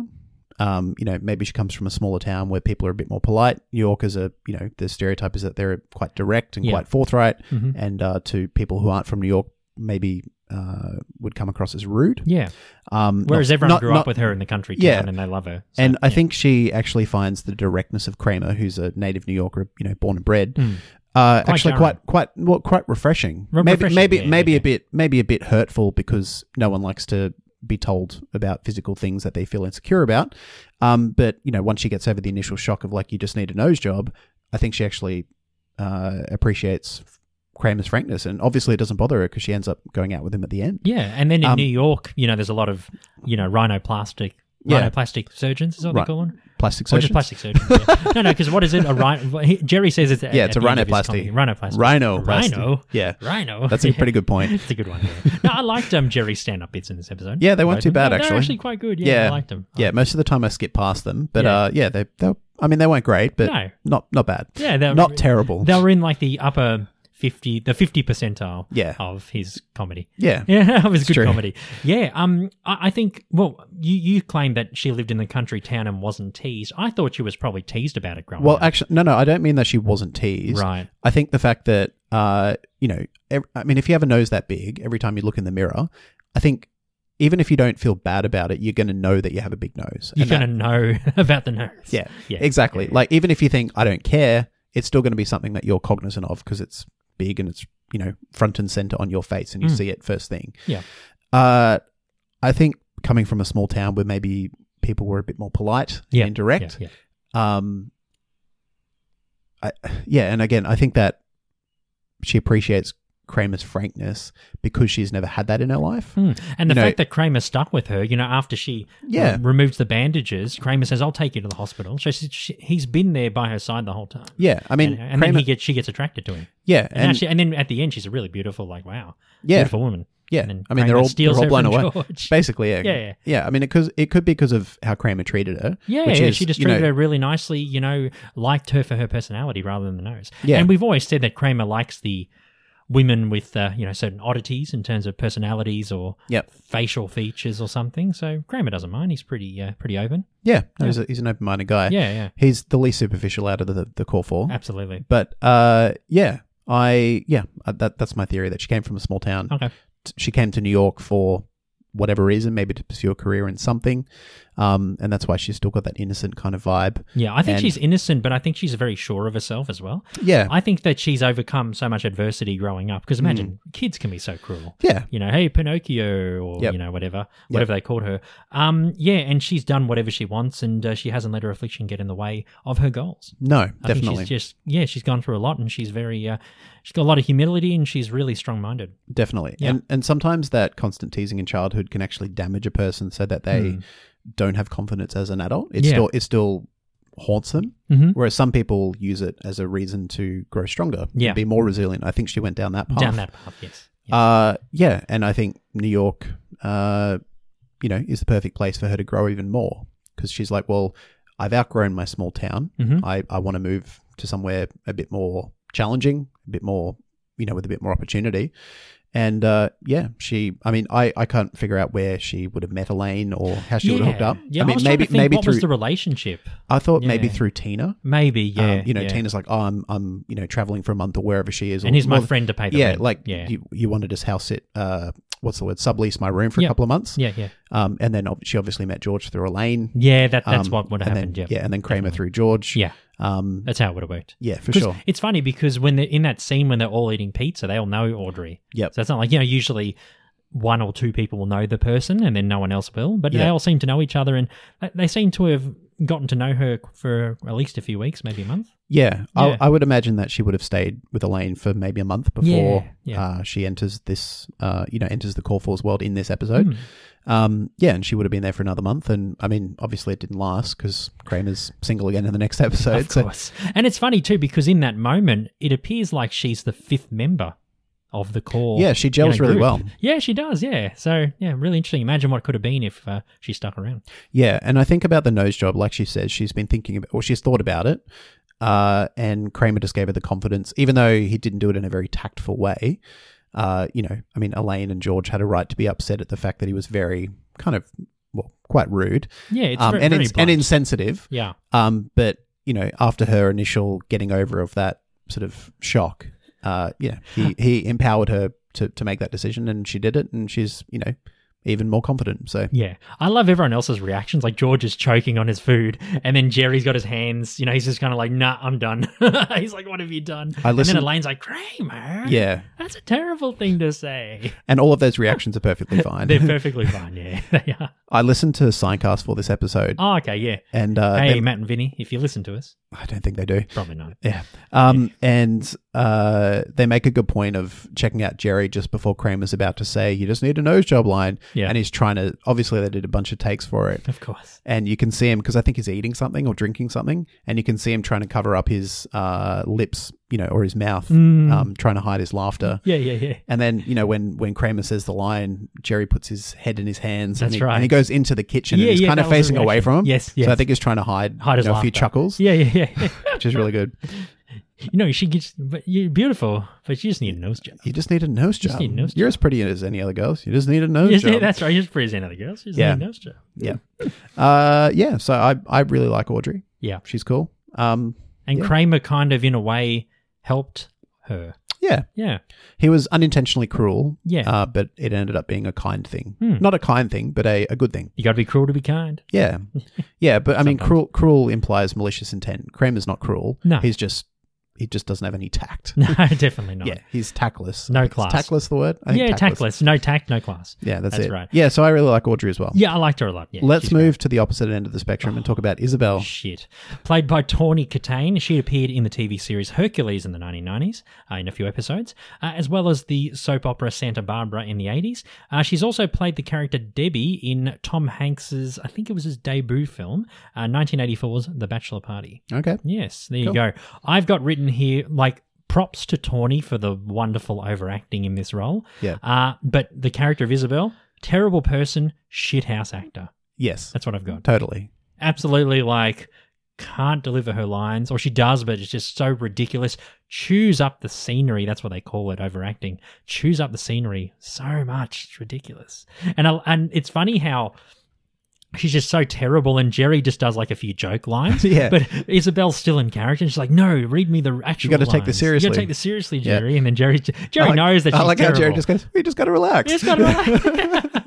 Speaker 5: Um, you know, maybe she comes from a smaller town where people are a bit more polite. New Yorkers are, you know, the stereotype is that they're quite direct and
Speaker 6: Yeah.
Speaker 5: quite forthright,
Speaker 6: Mhm.
Speaker 5: and uh, to people who aren't from New York, maybe uh, would come across as rude.
Speaker 6: Yeah.
Speaker 5: Um,
Speaker 6: Whereas
Speaker 5: not-
Speaker 6: everyone
Speaker 5: not-
Speaker 6: grew
Speaker 5: not-
Speaker 6: up with her in the country
Speaker 5: Yeah.
Speaker 6: town and they love her. So,
Speaker 5: and I
Speaker 6: yeah.
Speaker 5: think she actually finds the directness of Kramer, who's a native New Yorker, you know, born and bred,
Speaker 6: Mm.
Speaker 5: uh,
Speaker 6: Quite
Speaker 5: actually
Speaker 6: jarring.
Speaker 5: quite quite well, quite refreshing.
Speaker 6: Re-
Speaker 5: maybe
Speaker 6: refreshing,
Speaker 5: maybe
Speaker 6: yeah,
Speaker 5: maybe
Speaker 6: yeah.
Speaker 5: a bit maybe a bit hurtful because no one likes to be told about physical things that they feel insecure about. Um, but you know, once she gets over the initial shock of like you just need a nose job, I think she actually uh, appreciates Kramer's frankness, and obviously it doesn't bother her because she ends up going out with him at the end.
Speaker 6: Yeah, and then in
Speaker 5: Um,
Speaker 6: New York, you know, there's a lot of you know rhinoplastic
Speaker 5: Yeah.
Speaker 6: rhinoplastic surgeons is what
Speaker 5: Right.
Speaker 6: they call them.
Speaker 5: plastic
Speaker 6: Or
Speaker 5: surgeon.
Speaker 6: just plastic surgeon. yeah. No, no, because what is it? A rhino? he- Jerry says it's
Speaker 5: Yeah, it's a rhinoplasty.
Speaker 6: Rhinoplasty.
Speaker 5: Rhinoplasty.
Speaker 6: Rhino.
Speaker 5: Yeah.
Speaker 6: Rhino.
Speaker 5: That's a pretty good point.
Speaker 6: It's a good one. yeah. No, I liked um, Jerry's stand-up bits in this episode.
Speaker 5: Yeah, they weren't too bad,
Speaker 6: They're
Speaker 5: actually.
Speaker 6: actually quite good. Yeah, I liked them. I
Speaker 5: Yeah, most of the time I skip past them, but
Speaker 6: Yeah.
Speaker 5: uh, yeah, they they I mean they weren't great, but
Speaker 6: No.
Speaker 5: not not bad.
Speaker 6: Yeah, they're-
Speaker 5: not terrible.
Speaker 6: They were in like the upper fifty, the fifty percentile.
Speaker 5: Yeah.
Speaker 6: of his comedy.
Speaker 5: Yeah.
Speaker 6: yeah, it was good
Speaker 5: true.
Speaker 6: comedy. Yeah, um, I, I think. Well, you you claimed that she lived in the country town and wasn't teased. I thought she was probably teased about it growing
Speaker 5: Well,
Speaker 6: up.
Speaker 5: actually, no, no, I don't mean that she wasn't teased.
Speaker 6: right.
Speaker 5: I think the fact that, uh, you know, ev- I mean, if you have a nose that big, every time you look in the mirror, I think even if you don't feel bad about it, you're going to know that you have a big nose.
Speaker 6: You're
Speaker 5: And that-
Speaker 6: gonna know about the nose.
Speaker 5: yeah,
Speaker 6: Yeah.
Speaker 5: exactly.
Speaker 6: Yeah.
Speaker 5: Like even if you think I don't care, it's still going to be something that you're cognizant of because it's big and it's you know front and center on your face and you
Speaker 6: Mm.
Speaker 5: see it first thing.
Speaker 6: Yeah.
Speaker 5: Uh, I think coming from a small town where maybe people were a bit more polite
Speaker 6: Yeah.
Speaker 5: and direct,
Speaker 6: Yeah,
Speaker 5: um I, yeah and again i think that she appreciates kramer's frankness because she's never had that in her life
Speaker 6: yeah. Hmm. And the
Speaker 5: You know-
Speaker 6: fact that Kramer stuck with her, you know, after she
Speaker 5: Yeah.
Speaker 6: um, removes the bandages, Kramer says, "I'll take you to the hospital." So she, she, he's been there by her side the whole time.
Speaker 5: yeah i mean
Speaker 6: and, and
Speaker 5: kramer
Speaker 6: then he gets she gets attracted to him.
Speaker 5: yeah
Speaker 6: And,
Speaker 5: and,
Speaker 6: actually, and then at the end, she's a really beautiful, like wow,
Speaker 5: Yeah.
Speaker 6: beautiful woman.
Speaker 5: yeah
Speaker 6: and then
Speaker 5: i mean they're
Speaker 6: Kramer
Speaker 5: all, they're
Speaker 6: steals
Speaker 5: all
Speaker 6: her
Speaker 5: blown
Speaker 6: from
Speaker 5: away
Speaker 6: George.
Speaker 5: basically yeah
Speaker 6: Yeah, yeah.
Speaker 5: i mean because it could be because of how kramer treated her
Speaker 6: Yeah,
Speaker 5: which
Speaker 6: yeah,
Speaker 5: is,
Speaker 6: she just
Speaker 5: you know,
Speaker 6: treated her really nicely. You know, liked her for her personality rather than the nose.
Speaker 5: Yeah.
Speaker 6: and we've always said that Kramer likes the women with uh, you know certain oddities in terms of personalities or
Speaker 5: Yep.
Speaker 6: facial features or something. So Kramer doesn't mind. He's pretty uh, pretty open.
Speaker 5: yeah, no, He's, a, he's an open-minded guy
Speaker 6: Yeah, yeah,
Speaker 5: he's the least superficial out of the, the core four
Speaker 6: absolutely.
Speaker 5: but uh yeah i yeah uh, that that's my theory that she came from a small town
Speaker 6: Okay.
Speaker 5: t- she came to New York for whatever reason, maybe to pursue a career in something, um, and that's why she's still got that innocent kind of vibe.
Speaker 6: Yeah, I think
Speaker 5: And-
Speaker 6: she's innocent, but I think she's very sure of herself as well.
Speaker 5: Yeah,
Speaker 6: I think that she's overcome so much adversity growing up because imagine
Speaker 5: Hmm.
Speaker 6: kids can be so cruel.
Speaker 5: yeah,
Speaker 6: You know, hey Pinocchio, or
Speaker 5: Yep.
Speaker 6: you know whatever, whatever they called her. Um, yeah, and she's done whatever she wants, and uh, she hasn't let her affliction get in the way of her goals.
Speaker 5: no,
Speaker 6: I
Speaker 5: definitely,
Speaker 6: think she's just yeah, she's gone through a lot, and she's very uh, she's got a lot of humility, and she's really strong minded.
Speaker 5: definitely,
Speaker 6: Yeah.
Speaker 5: and and sometimes that constant teasing in childhood can actually damage a person so that they don't have confidence as an adult. It
Speaker 6: Hmm. Yeah.
Speaker 5: still it still haunts them.
Speaker 6: Mhm.
Speaker 5: Whereas some people use it as a reason to grow stronger,
Speaker 6: Yeah.
Speaker 5: be more resilient. I think she went down that path.
Speaker 6: Down that path, yes. Yeah.
Speaker 5: Oh. Uh, yeah, and I think New York, uh, you know, is the perfect place for her to grow even more because she's like, well, I've outgrown my small town.
Speaker 6: Mhm.
Speaker 5: I, I want to move to somewhere a bit more challenging, a bit more, you know, with a bit more opportunity. And uh, yeah, she. I mean, I, I can't figure out where she would have met Elaine or how she would have hooked up.
Speaker 6: Yeah,
Speaker 5: I mean,
Speaker 6: was trying to
Speaker 5: maybe
Speaker 6: think
Speaker 5: maybe
Speaker 6: what
Speaker 5: through.
Speaker 6: was the relationship?
Speaker 5: I thought maybe
Speaker 6: Yeah.
Speaker 5: through Tina.
Speaker 6: Maybe yeah,
Speaker 5: um, you know,
Speaker 6: yeah.
Speaker 5: Tina's like, oh, I'm I'm you know traveling for a month or wherever she is, or,
Speaker 6: and he's my
Speaker 5: well,
Speaker 6: friend to pay the
Speaker 5: yeah,
Speaker 6: rent.
Speaker 5: like
Speaker 6: yeah,
Speaker 5: you, you want to just house it. Uh, what's the word? Sublease my room for
Speaker 6: Yeah.
Speaker 5: a couple of months.
Speaker 6: yeah, yeah,
Speaker 5: Um, and then ob- she obviously met George through Elaine.
Speaker 6: yeah. That that's
Speaker 5: Um,
Speaker 6: what would have
Speaker 5: and
Speaker 6: happened.
Speaker 5: Then,
Speaker 6: yeah,
Speaker 5: yeah, and then Kramer through George.
Speaker 6: yeah.
Speaker 5: Um,
Speaker 6: That's how it would have worked.
Speaker 5: yeah, for
Speaker 6: 'Cause
Speaker 5: sure.
Speaker 6: It's funny because when they're in that scene when they're all eating pizza, they all know Audrey.
Speaker 5: Yep.
Speaker 6: So it's not like, you know, usually one or two people will know the person and then no one else will, but they
Speaker 5: Yeah.
Speaker 6: all seem to know each other and they- they seem to have gotten to know her for at least a few weeks, maybe a month.
Speaker 5: Yeah,
Speaker 6: Yeah.
Speaker 5: I, I would imagine that she would have stayed with Elaine for maybe a month before
Speaker 6: yeah.
Speaker 5: Uh, she enters this, uh, you know, enters the Core Force world in this episode.
Speaker 6: Hmm.
Speaker 5: Um, yeah, and she would have been there for another month. And I mean, obviously, it didn't last because Kramer's single again in the next episode.
Speaker 6: Of
Speaker 5: so
Speaker 6: course. And it's funny too because in that moment, it appears like she's the fifth member of the core.
Speaker 5: Yeah, she
Speaker 6: you know,
Speaker 5: gels really
Speaker 6: group.
Speaker 5: well.
Speaker 6: Yeah, she does. Yeah. So, yeah, really interesting. Imagine what it could have been if uh, she stuck around.
Speaker 5: Yeah, and I think about the nose job, like she says, she's been thinking about, or she's thought about it, uh, and Kramer just gave her the confidence, even though he didn't do it in a very tactful way. Uh, you know, I mean, Elaine and George had a right to be upset at the fact that he was very kind of, well, quite rude,
Speaker 6: Yeah, it's very,
Speaker 5: Um, and
Speaker 6: very
Speaker 5: ins- and
Speaker 6: blunt.
Speaker 5: insensitive.
Speaker 6: yeah.
Speaker 5: Um, but you know, after her initial getting over of that sort of shock, uh, yeah, he he empowered her to to make that decision, and she did it, and she's you know even more confident. So
Speaker 6: Yeah. I love everyone else's reactions. Like George is choking on his food and then Jerry's got his hands, you know, he's just kind of like, nah, I'm done. he's like, what have you done?
Speaker 5: I
Speaker 6: and
Speaker 5: listened-
Speaker 6: then Elaine's like, Kramer.
Speaker 5: yeah.
Speaker 6: That's a terrible thing to say.
Speaker 5: And all of those reactions are perfectly fine.
Speaker 6: They're perfectly fine. Yeah, they are.
Speaker 5: I listened to Signcast for this episode,
Speaker 6: Oh, okay. Yeah.
Speaker 5: and uh,
Speaker 6: hey,
Speaker 5: they-
Speaker 6: Matt and Vinny, if you listen to us.
Speaker 5: I don't think they do.
Speaker 6: Probably not.
Speaker 5: Yeah. Um, and uh, they make a good point of checking out Jerry just before Kramer's about to say, you just need a nose job line.
Speaker 6: Yeah.
Speaker 5: And he's trying to, obviously, they did a bunch of takes for it.
Speaker 6: Of course.
Speaker 5: And you can see him, because I think he's eating something or drinking something, and you can see him trying to cover up his uh, lips, you know, or his mouth,
Speaker 6: Mm.
Speaker 5: um, trying to hide his laughter.
Speaker 6: Yeah, yeah, yeah.
Speaker 5: And then, you know, when, when Kramer says the line, Jerry puts his head in his hands and
Speaker 6: That's
Speaker 5: he,
Speaker 6: right.
Speaker 5: and he goes into the kitchen
Speaker 6: Yeah,
Speaker 5: and he's
Speaker 6: yeah,
Speaker 5: kind
Speaker 6: that
Speaker 5: of
Speaker 6: was the
Speaker 5: facing away
Speaker 6: reaction.
Speaker 5: from him.
Speaker 6: Yes,
Speaker 5: So I
Speaker 6: yes.
Speaker 5: think he's trying to hide,
Speaker 6: Hide his
Speaker 5: you know, a few
Speaker 6: laughter.
Speaker 5: chuckles,
Speaker 6: Yeah, yeah, yeah.
Speaker 5: which is really good.
Speaker 6: you know, she gets, but you're beautiful, but you just need a nose job.
Speaker 5: You just need a nose
Speaker 6: Just
Speaker 5: job.
Speaker 6: need a nose
Speaker 5: You're as pretty as any other girls. You just need a nose
Speaker 6: Just-
Speaker 5: job.
Speaker 6: That's right. You're just praising other girls. She's
Speaker 5: Yeah.
Speaker 6: need a nose job.
Speaker 5: yeah. Uh, yeah. So I, I really like Audrey.
Speaker 6: Yeah.
Speaker 5: She's cool. Um,
Speaker 6: And
Speaker 5: Yeah.
Speaker 6: Kramer kind of, in a way, helped her.
Speaker 5: yeah.
Speaker 6: Yeah.
Speaker 5: He was unintentionally cruel.
Speaker 6: Yeah.
Speaker 5: Uh, but it ended up being a kind thing.
Speaker 6: Hmm.
Speaker 5: Not a kind thing, but a, a good thing.
Speaker 6: You got to be cruel to be kind.
Speaker 5: Yeah. Yeah. But I mean, cruel, cruel implies malicious intent. Kramer's not cruel.
Speaker 6: No.
Speaker 5: He's just, he just doesn't have any tact.
Speaker 6: No, definitely not.
Speaker 5: Yeah. He's tactless.
Speaker 6: No
Speaker 5: Is
Speaker 6: class.
Speaker 5: tactless the word? I think
Speaker 6: yeah, tactless. No tact, no class.
Speaker 5: Yeah. That's,
Speaker 6: That's
Speaker 5: it.
Speaker 6: right.
Speaker 5: Yeah. So I really like Audrey as well.
Speaker 6: Yeah, I liked her a lot. Yeah,
Speaker 5: Let's
Speaker 6: she's
Speaker 5: move to the opposite end of the spectrum and talk about Isabel.
Speaker 6: Shit. Played by Tawny Katane, she appeared in the TV series Hercules in the 1990s uh, in a few episodes, uh, as well as the soap opera Santa Barbara in the 80s. Uh, she's also played the character Debbie in Tom Hanks's, I think it was his debut film, uh, 1984's The Bachelor Party.
Speaker 5: Okay.
Speaker 6: Yes, there
Speaker 5: Cool.
Speaker 6: you go. I've got written here like props to Tawny for the wonderful overacting in this role.
Speaker 5: Yeah.
Speaker 6: Uh, but the character of Isabel, terrible person, shithouse actor.
Speaker 5: Yes.
Speaker 6: That's what I've got.
Speaker 5: Totally.
Speaker 6: Absolutely like can't deliver her lines, or she does, but it's just so ridiculous. Chews up the scenery. That's what they call it, overacting. Chews up the scenery so much. It's ridiculous. And I, and it's funny how she's just so terrible, and Jerry just does like a few joke lines.
Speaker 5: Yeah.
Speaker 6: But Isabel's still in character, and she's like, "No, read me the actual.
Speaker 5: gotta take this
Speaker 6: lines.
Speaker 5: seriously."
Speaker 6: You got to take this seriously,
Speaker 5: Yeah.
Speaker 6: Jerry." And then Jerry, Jerry knows that she's
Speaker 5: I like
Speaker 6: terrible.
Speaker 5: how Jerry just goes, we just got to relax.
Speaker 6: It's got to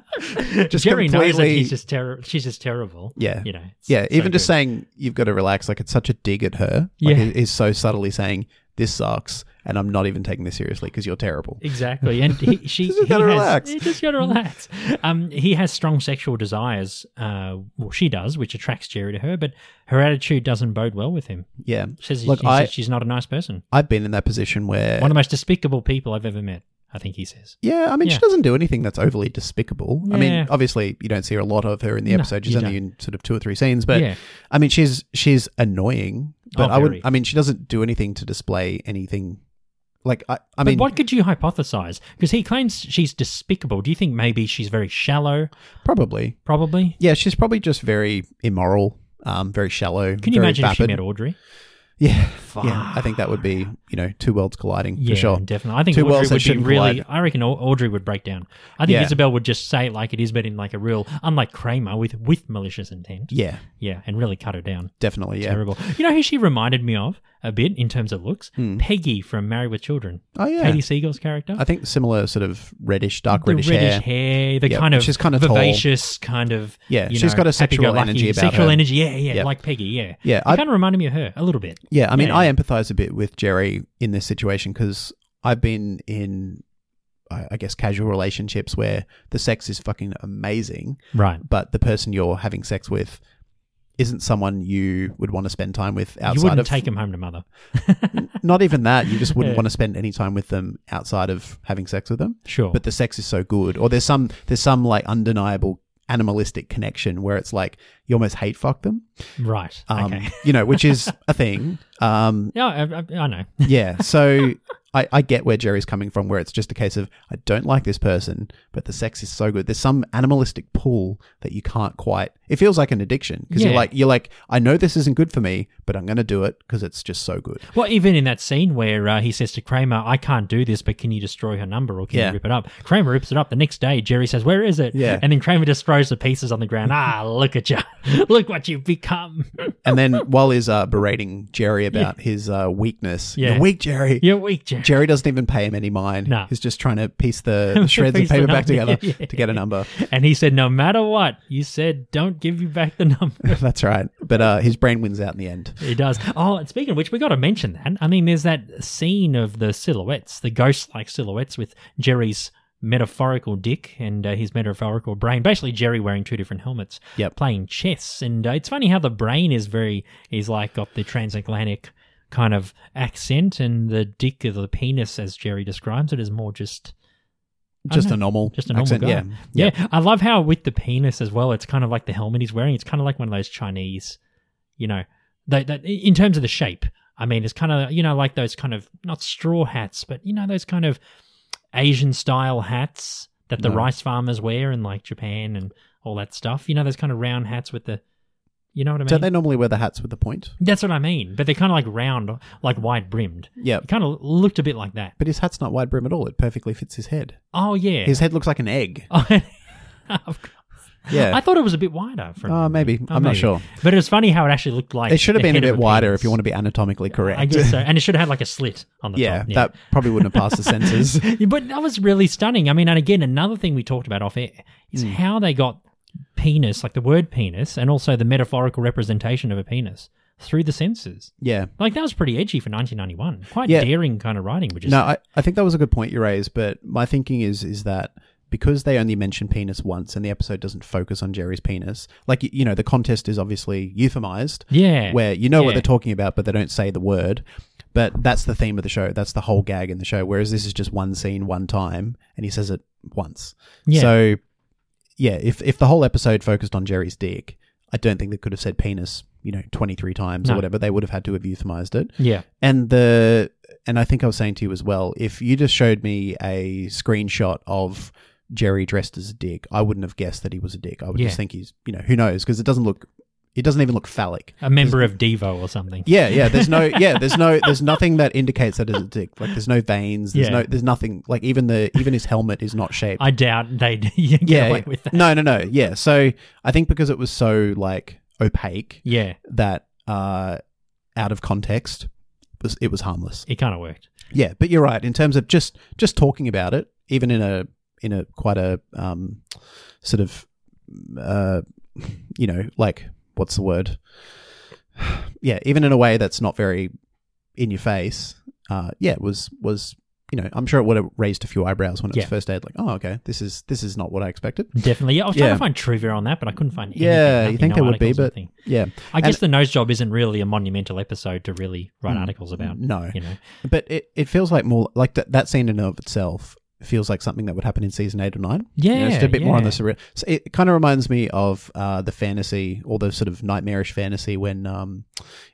Speaker 5: Just
Speaker 6: Jerry knows that
Speaker 5: completely-
Speaker 6: he's just terrible. She's just terrible.
Speaker 5: Yeah.
Speaker 6: you know. it's
Speaker 5: yeah,
Speaker 6: so
Speaker 5: even just
Speaker 6: good.
Speaker 5: saying you've got to relax, like it's such a dig at her. Like,
Speaker 6: Yeah.
Speaker 5: it- it's so subtly saying this sucks, and I'm not even taking this seriously because you're terrible.
Speaker 6: exactly, and he, she
Speaker 5: Just
Speaker 6: he
Speaker 5: gotta
Speaker 6: has,
Speaker 5: relax.
Speaker 6: he just gotta relax. Um, he has strong sexual desires. Uh, well, she does, which attracts Jerry to her, but her attitude doesn't bode well with him.
Speaker 5: Yeah,
Speaker 6: Says
Speaker 5: Look,
Speaker 6: he
Speaker 5: I- Eh.
Speaker 6: says she's not a nice person.
Speaker 5: I've been in that position where.
Speaker 6: One of the most despicable people I've ever met. I think he says.
Speaker 5: yeah, I mean, she
Speaker 6: Yeah.
Speaker 5: doesn't do anything that's overly despicable. I
Speaker 6: Yeah.
Speaker 5: mean, obviously, you don't see a lot of her in the
Speaker 6: No,
Speaker 5: episode. She's
Speaker 6: you
Speaker 5: only
Speaker 6: don't.
Speaker 5: in sort of two or three scenes, but
Speaker 6: Yeah.
Speaker 5: I mean, she's she's annoying. But
Speaker 6: Oh,
Speaker 5: I would,
Speaker 6: very.
Speaker 5: I mean, she doesn't do anything to display anything. Like I, I
Speaker 6: But
Speaker 5: mean,
Speaker 6: what could you hypothesize? Because he claims she's despicable. Do you think maybe she's very shallow?
Speaker 5: probably
Speaker 6: Probably.
Speaker 5: Yeah, she's probably just very immoral, um, very shallow.
Speaker 6: Can you
Speaker 5: very
Speaker 6: imagine if she
Speaker 5: vapid.
Speaker 6: met Audrey?
Speaker 5: Yeah, yeah. I think that would be you know two worlds colliding
Speaker 6: Yeah,
Speaker 5: for sure.
Speaker 6: definitely. I think
Speaker 5: Two
Speaker 6: Audrey
Speaker 5: worlds that
Speaker 6: would be
Speaker 5: shouldn't
Speaker 6: really.
Speaker 5: collide.
Speaker 6: I reckon Au- Audrey would break down. I think
Speaker 5: Yeah.
Speaker 6: Isabel would just say it like it is, but in like a real, unlike Kramer with with malicious intent.
Speaker 5: Yeah,
Speaker 6: yeah, and really cut her down.
Speaker 5: definitely. Yeah.
Speaker 6: Terrible. You know who she reminded me of a bit in terms of looks? Peggy from Married with Children.
Speaker 5: Hmm. Oh yeah.
Speaker 6: Katie Siegel's character.
Speaker 5: I think similar sort of reddish, dark
Speaker 6: the
Speaker 5: reddish, hair.
Speaker 6: the
Speaker 5: Yeah,
Speaker 6: kind of
Speaker 5: she's kinda tall.
Speaker 6: vivacious, kind of
Speaker 5: Yeah,
Speaker 6: You
Speaker 5: she's
Speaker 6: know,
Speaker 5: got a sexual
Speaker 6: happy-go-lucky,
Speaker 5: energy about
Speaker 6: sexual
Speaker 5: her.
Speaker 6: energy. Yeah, yeah,
Speaker 5: Yeah.
Speaker 6: like Peggy. Yeah,
Speaker 5: Yeah,
Speaker 6: It
Speaker 5: I-
Speaker 6: kind of reminded me of her a little bit.
Speaker 5: Yeah, I mean,
Speaker 6: Yeah.
Speaker 5: I empathize a bit with Jerry in this situation because I've been in, I I guess, casual relationships where the sex is fucking amazing,
Speaker 6: Right.
Speaker 5: but the person you're having sex with isn't someone you would want to spend time with
Speaker 6: you
Speaker 5: outside
Speaker 6: wouldn't
Speaker 5: of
Speaker 6: take him home to mother.
Speaker 5: not even that. You just wouldn't
Speaker 6: Yeah.
Speaker 5: want to spend any time with them outside of having sex with them.
Speaker 6: Sure.
Speaker 5: But the sex is so good, or there's some there's some like undeniable animalistic connection where it's like you almost hate fuck them.
Speaker 6: right.
Speaker 5: Um,
Speaker 6: okay.
Speaker 5: you know, which is a thing. Um,
Speaker 6: Yeah, I, I, I know.
Speaker 5: yeah. So I, I get where Jerry's coming from, where it's just a case of I don't like this person, but the sex is so good. There's some animalistic pull that you can't quite. It feels like an addiction because you're
Speaker 6: Yeah.
Speaker 5: like you're like I know this isn't good for me, but I'm going to do it because it's just so good.
Speaker 6: Well, even in that scene where uh, he says to Kramer, "I can't do this, but can you destroy her number or can
Speaker 5: Yeah.
Speaker 6: you rip it up?" Kramer rips it up. The next day, Jerry says, "Where is it?"
Speaker 5: Yeah.
Speaker 6: and then Kramer just throws the pieces on the ground. ah, look at you! look what you've become!
Speaker 5: And then while he's uh, berating Jerry about his uh, weakness,
Speaker 6: Yeah.
Speaker 5: you're weak, Jerry.
Speaker 6: You're weak, Jerry.
Speaker 5: Jerry doesn't even pay him any mind.
Speaker 6: Nah.
Speaker 5: He's just trying to piece the shreds
Speaker 6: Piece
Speaker 5: of
Speaker 6: the
Speaker 5: paper back
Speaker 6: number.
Speaker 5: together
Speaker 6: Yeah.
Speaker 5: to get a number.
Speaker 6: and he said, "No matter what you said, don't give you back the number."
Speaker 5: That's right. But uh, his brain wins out in the end.
Speaker 6: He does. Oh, and speaking of which, we got to mention that. I mean, there's that scene of the silhouettes, the ghost-like silhouettes with Jerry's metaphorical dick and uh, his metaphorical brain. Basically, Jerry wearing two different helmets,
Speaker 5: Yep.
Speaker 6: playing chess. And uh, it's funny how the brain is very, he's like got the transatlantic kind of accent, and the dick of the penis, as Jerry describes it, is more just. I
Speaker 5: Just
Speaker 6: dunno,
Speaker 5: a normal,
Speaker 6: just a normal
Speaker 5: Oh, accent.
Speaker 6: guy.
Speaker 5: Yeah,
Speaker 6: Yeah. I love how with the penis as well. It's kind of like the helmet he's wearing. It's kind of like one of those Chinese, you know, they, they, in terms of the shape. I mean, it's kind of you know like those kind of not straw hats, but you know those kind of Asian style hats that the
Speaker 5: No.
Speaker 6: rice farmers wear in like Japan and all that stuff. You know those kind of round hats with the, you know what I mean?
Speaker 5: Don't they normally wear the hats with the point?
Speaker 6: That's what I mean. But they're kind of like round, like wide brimmed.
Speaker 5: Yeah,
Speaker 6: It kind of looked a bit like that.
Speaker 5: but his hat's not wide brim at all. It perfectly fits his head.
Speaker 6: Oh yeah.
Speaker 5: His head looks like an egg.
Speaker 6: Of course.
Speaker 5: Yeah.
Speaker 6: I thought it was a bit wider. From
Speaker 5: Oh, maybe. I'm not sure.
Speaker 6: But it was funny how it actually looked like
Speaker 5: it should have
Speaker 6: the
Speaker 5: been a
Speaker 6: head of
Speaker 5: bit wider
Speaker 6: penis.
Speaker 5: if you want to be anatomically correct.
Speaker 6: I guess so, and it should have had like a slit on the
Speaker 5: yeah,
Speaker 6: top.
Speaker 5: that probably wouldn't have passed the censors.
Speaker 6: Yeah, but that was really stunning. I mean, and again, another thing we talked about off air is
Speaker 5: Mm.
Speaker 6: how they got penis, like the word penis, and also the metaphorical representation of a penis through the senses.
Speaker 5: Yeah.
Speaker 6: Like that was pretty edgy for 1991. Quite
Speaker 5: Yeah.
Speaker 6: daring kind of writing, which is
Speaker 5: No, I, I think that was a good point you raised, but my thinking is is that because they only mention penis once and the episode doesn't focus on Jerry's penis, like, y- you know, the contest is obviously euphemized.
Speaker 6: Yeah.
Speaker 5: Where you know
Speaker 6: Yeah.
Speaker 5: what they're talking about, but they don't say the word. But that's the theme of the show. That's the whole gag in the show. Whereas this is just one scene, one time, and he says it once.
Speaker 6: Yeah.
Speaker 5: So, yeah, if, if the whole episode focused on Jerry's dick, I don't think they could have said penis, you know, 23 times
Speaker 6: No.
Speaker 5: or whatever. They would have had to have euphemized it
Speaker 6: yeah,
Speaker 5: and the and I think I was saying to you as well, if you just showed me a screenshot of Jerry dressed as a dick, I wouldn't have guessed that he was a dick. I would
Speaker 6: Yeah.
Speaker 5: just think he's, you know, who knows? Because it doesn't look, it doesn't even look phallic.
Speaker 6: a member of Devo or something.
Speaker 5: Yeah, yeah. There's no, yeah. There's no, there's nothing that indicates that it's a dick. Like there's no veins. There's
Speaker 6: Yeah.
Speaker 5: no, there's nothing. Like even the, even his helmet is not shaped.
Speaker 6: I doubt they'd get
Speaker 5: yeah.
Speaker 6: away with that.
Speaker 5: No, no, no. Yeah. So I think because it was so like opaque
Speaker 6: Yeah,
Speaker 5: that uh out of context, it was, it was harmless.
Speaker 6: it kind of worked.
Speaker 5: Yeah, but you're right in terms of just just talking about it, even in a in a quite a um, sort of uh, you know like what's the word? yeah, even in a way that's not very in your face. Uh, yeah, it was was you know I'm sure it would have raised a few eyebrows when it
Speaker 6: Yeah.
Speaker 5: was first aired. Like, oh okay, this is this is not what I expected.
Speaker 6: Definitely. Yeah, I was trying
Speaker 5: Yeah.
Speaker 6: to find trivia on that, but I couldn't find anything.
Speaker 5: Yeah,
Speaker 6: nothing,
Speaker 5: you think
Speaker 6: no
Speaker 5: there would be,
Speaker 6: articles,
Speaker 5: but
Speaker 6: nothing.
Speaker 5: yeah,
Speaker 6: I guess the nose job isn't really a monumental episode to really write articles about.
Speaker 5: Mm, no.
Speaker 6: You know.
Speaker 5: but it, it feels like more like that that scene in and of itself feels like something that would happen in season eight or nine. You know, it's
Speaker 6: Yeah,
Speaker 5: just a bit more on the
Speaker 6: yeah.
Speaker 5: surreal. So it kind of reminds me of uh, the fantasy or the sort of nightmarish fantasy when um,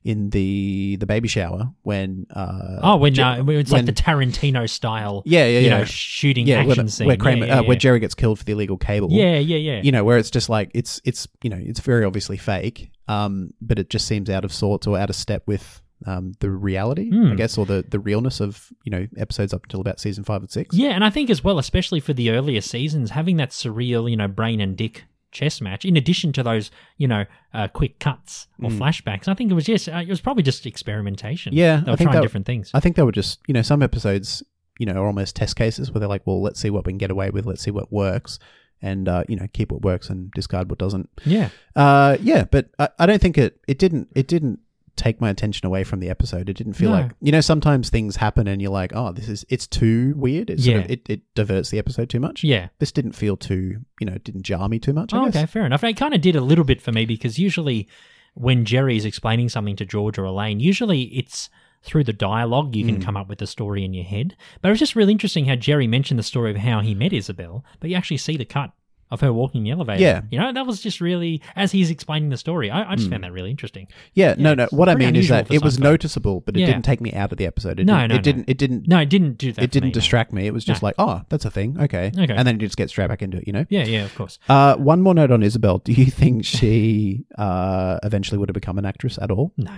Speaker 5: in the the baby shower when uh,
Speaker 6: Oh, when
Speaker 5: Je-
Speaker 6: uh, it's
Speaker 5: when-
Speaker 6: like the Tarantino style.
Speaker 5: yeah yeah yeah
Speaker 6: You know, shooting
Speaker 5: yeah
Speaker 6: action
Speaker 5: where,
Speaker 6: scene.
Speaker 5: where, Kramer,
Speaker 6: yeah, yeah,
Speaker 5: uh, where
Speaker 6: yeah.
Speaker 5: Jerry gets killed for the illegal cable
Speaker 6: Yeah, yeah, yeah.
Speaker 5: you know where it's just like it's it's you know it's very obviously fake um but it just seems out of sorts or out of step with um the reality I
Speaker 6: Hmm.
Speaker 5: guess or the the realness of you know episodes up until about season five and six
Speaker 6: Yeah, and I think as well, especially for the earlier seasons, having that surreal, you know, brain and dick chess match, in addition to those, you know, uh, quick cuts or flashbacks, I think it was just uh, it was probably just experimentation.
Speaker 5: Mm. Yeah,
Speaker 6: they
Speaker 5: I
Speaker 6: were
Speaker 5: think
Speaker 6: trying
Speaker 5: that-
Speaker 6: different things.
Speaker 5: I think they were just, you know, some episodes, you know, are almost test cases where they're like, well, let's see what we can get away with, let's see what works, and uh, you know, keep what works and discard what doesn't.
Speaker 6: yeah,
Speaker 5: Uh, yeah, but I, I don't think it it didn't it didn't take my attention away from the episode. It didn't feel
Speaker 6: No.
Speaker 5: like you know sometimes things happen and you're like, oh, this is it's too weird. It's sort
Speaker 6: Yeah.
Speaker 5: of, it it diverts the episode too much.
Speaker 6: yeah.
Speaker 5: This didn't feel too, you know, it didn't jar me too much. I
Speaker 6: Oh,
Speaker 5: guess.
Speaker 6: okay, fair enough. And it kind of did a little bit for me because usually when Jerry is explaining something to George or Elaine, usually it's through the dialogue
Speaker 5: Hmm.
Speaker 6: you can come up with the story in your head. But it was just really interesting how Jerry mentioned the story of how he met Isabel, but you actually see the cut of her walking the elevator.
Speaker 5: Yeah. Hmm.
Speaker 6: You know, that was just really, as he's explaining the story, I, I just found that really interesting.
Speaker 5: Yeah,
Speaker 6: Yeah,
Speaker 5: no, no.
Speaker 6: it's
Speaker 5: What I
Speaker 6: pretty
Speaker 5: mean is
Speaker 6: unusual
Speaker 5: that
Speaker 6: for
Speaker 5: it was
Speaker 6: Seinfeld.
Speaker 5: noticeable, but it
Speaker 6: Yeah.
Speaker 5: didn't take me out of the episode. It
Speaker 6: No,
Speaker 5: didn't,
Speaker 6: no,
Speaker 5: it
Speaker 6: no.
Speaker 5: didn't. It didn't.
Speaker 6: No, it didn't do that.
Speaker 5: it
Speaker 6: for me,
Speaker 5: didn't
Speaker 6: no.
Speaker 5: distract me. It was just
Speaker 6: No.
Speaker 5: like, oh, that's a thing. Okay.
Speaker 6: Okay.
Speaker 5: And then it just gets straight back into it, you know?
Speaker 6: Yeah, yeah, of course.
Speaker 5: Uh, one more note on Isabel. Do you think she uh, eventually would have become an actress at all?
Speaker 6: No.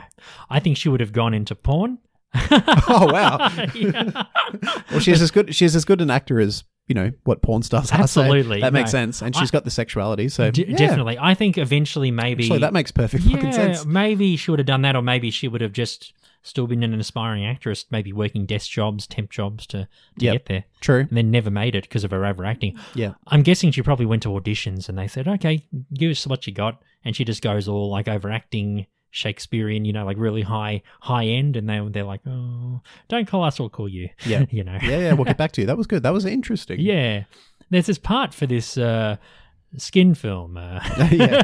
Speaker 6: I think she would have gone into porn.
Speaker 5: Oh, wow.
Speaker 6: Yeah.
Speaker 5: well, she's as good. She's as good an actor as you know what porn stars are. so
Speaker 6: Absolutely,
Speaker 5: that makes
Speaker 6: no.
Speaker 5: sense. And she's
Speaker 6: I-
Speaker 5: got the sexuality, so
Speaker 6: D-
Speaker 5: yeah.
Speaker 6: Definitely. I think eventually maybe.
Speaker 5: Actually, that makes perfect fucking sense.
Speaker 6: maybe she would have done that, or maybe she would have just still been an aspiring actress, maybe working desk jobs, temp jobs to, to
Speaker 5: Yep.
Speaker 6: get there,
Speaker 5: True.
Speaker 6: and then never made it because of her overacting.
Speaker 5: Yeah.
Speaker 6: I'm guessing she probably went to auditions and they said, okay, give us what you got. And she just goes all like overacting Shakespearean, you know, like really high high end, and they they're like, oh, don't call us, we'll call you.
Speaker 5: Yeah.
Speaker 6: you know,
Speaker 5: Yeah, yeah, we'll get back to you. That was good. That was interesting.
Speaker 6: yeah. There's this part for this uh, skin film. Uh,
Speaker 5: yeah.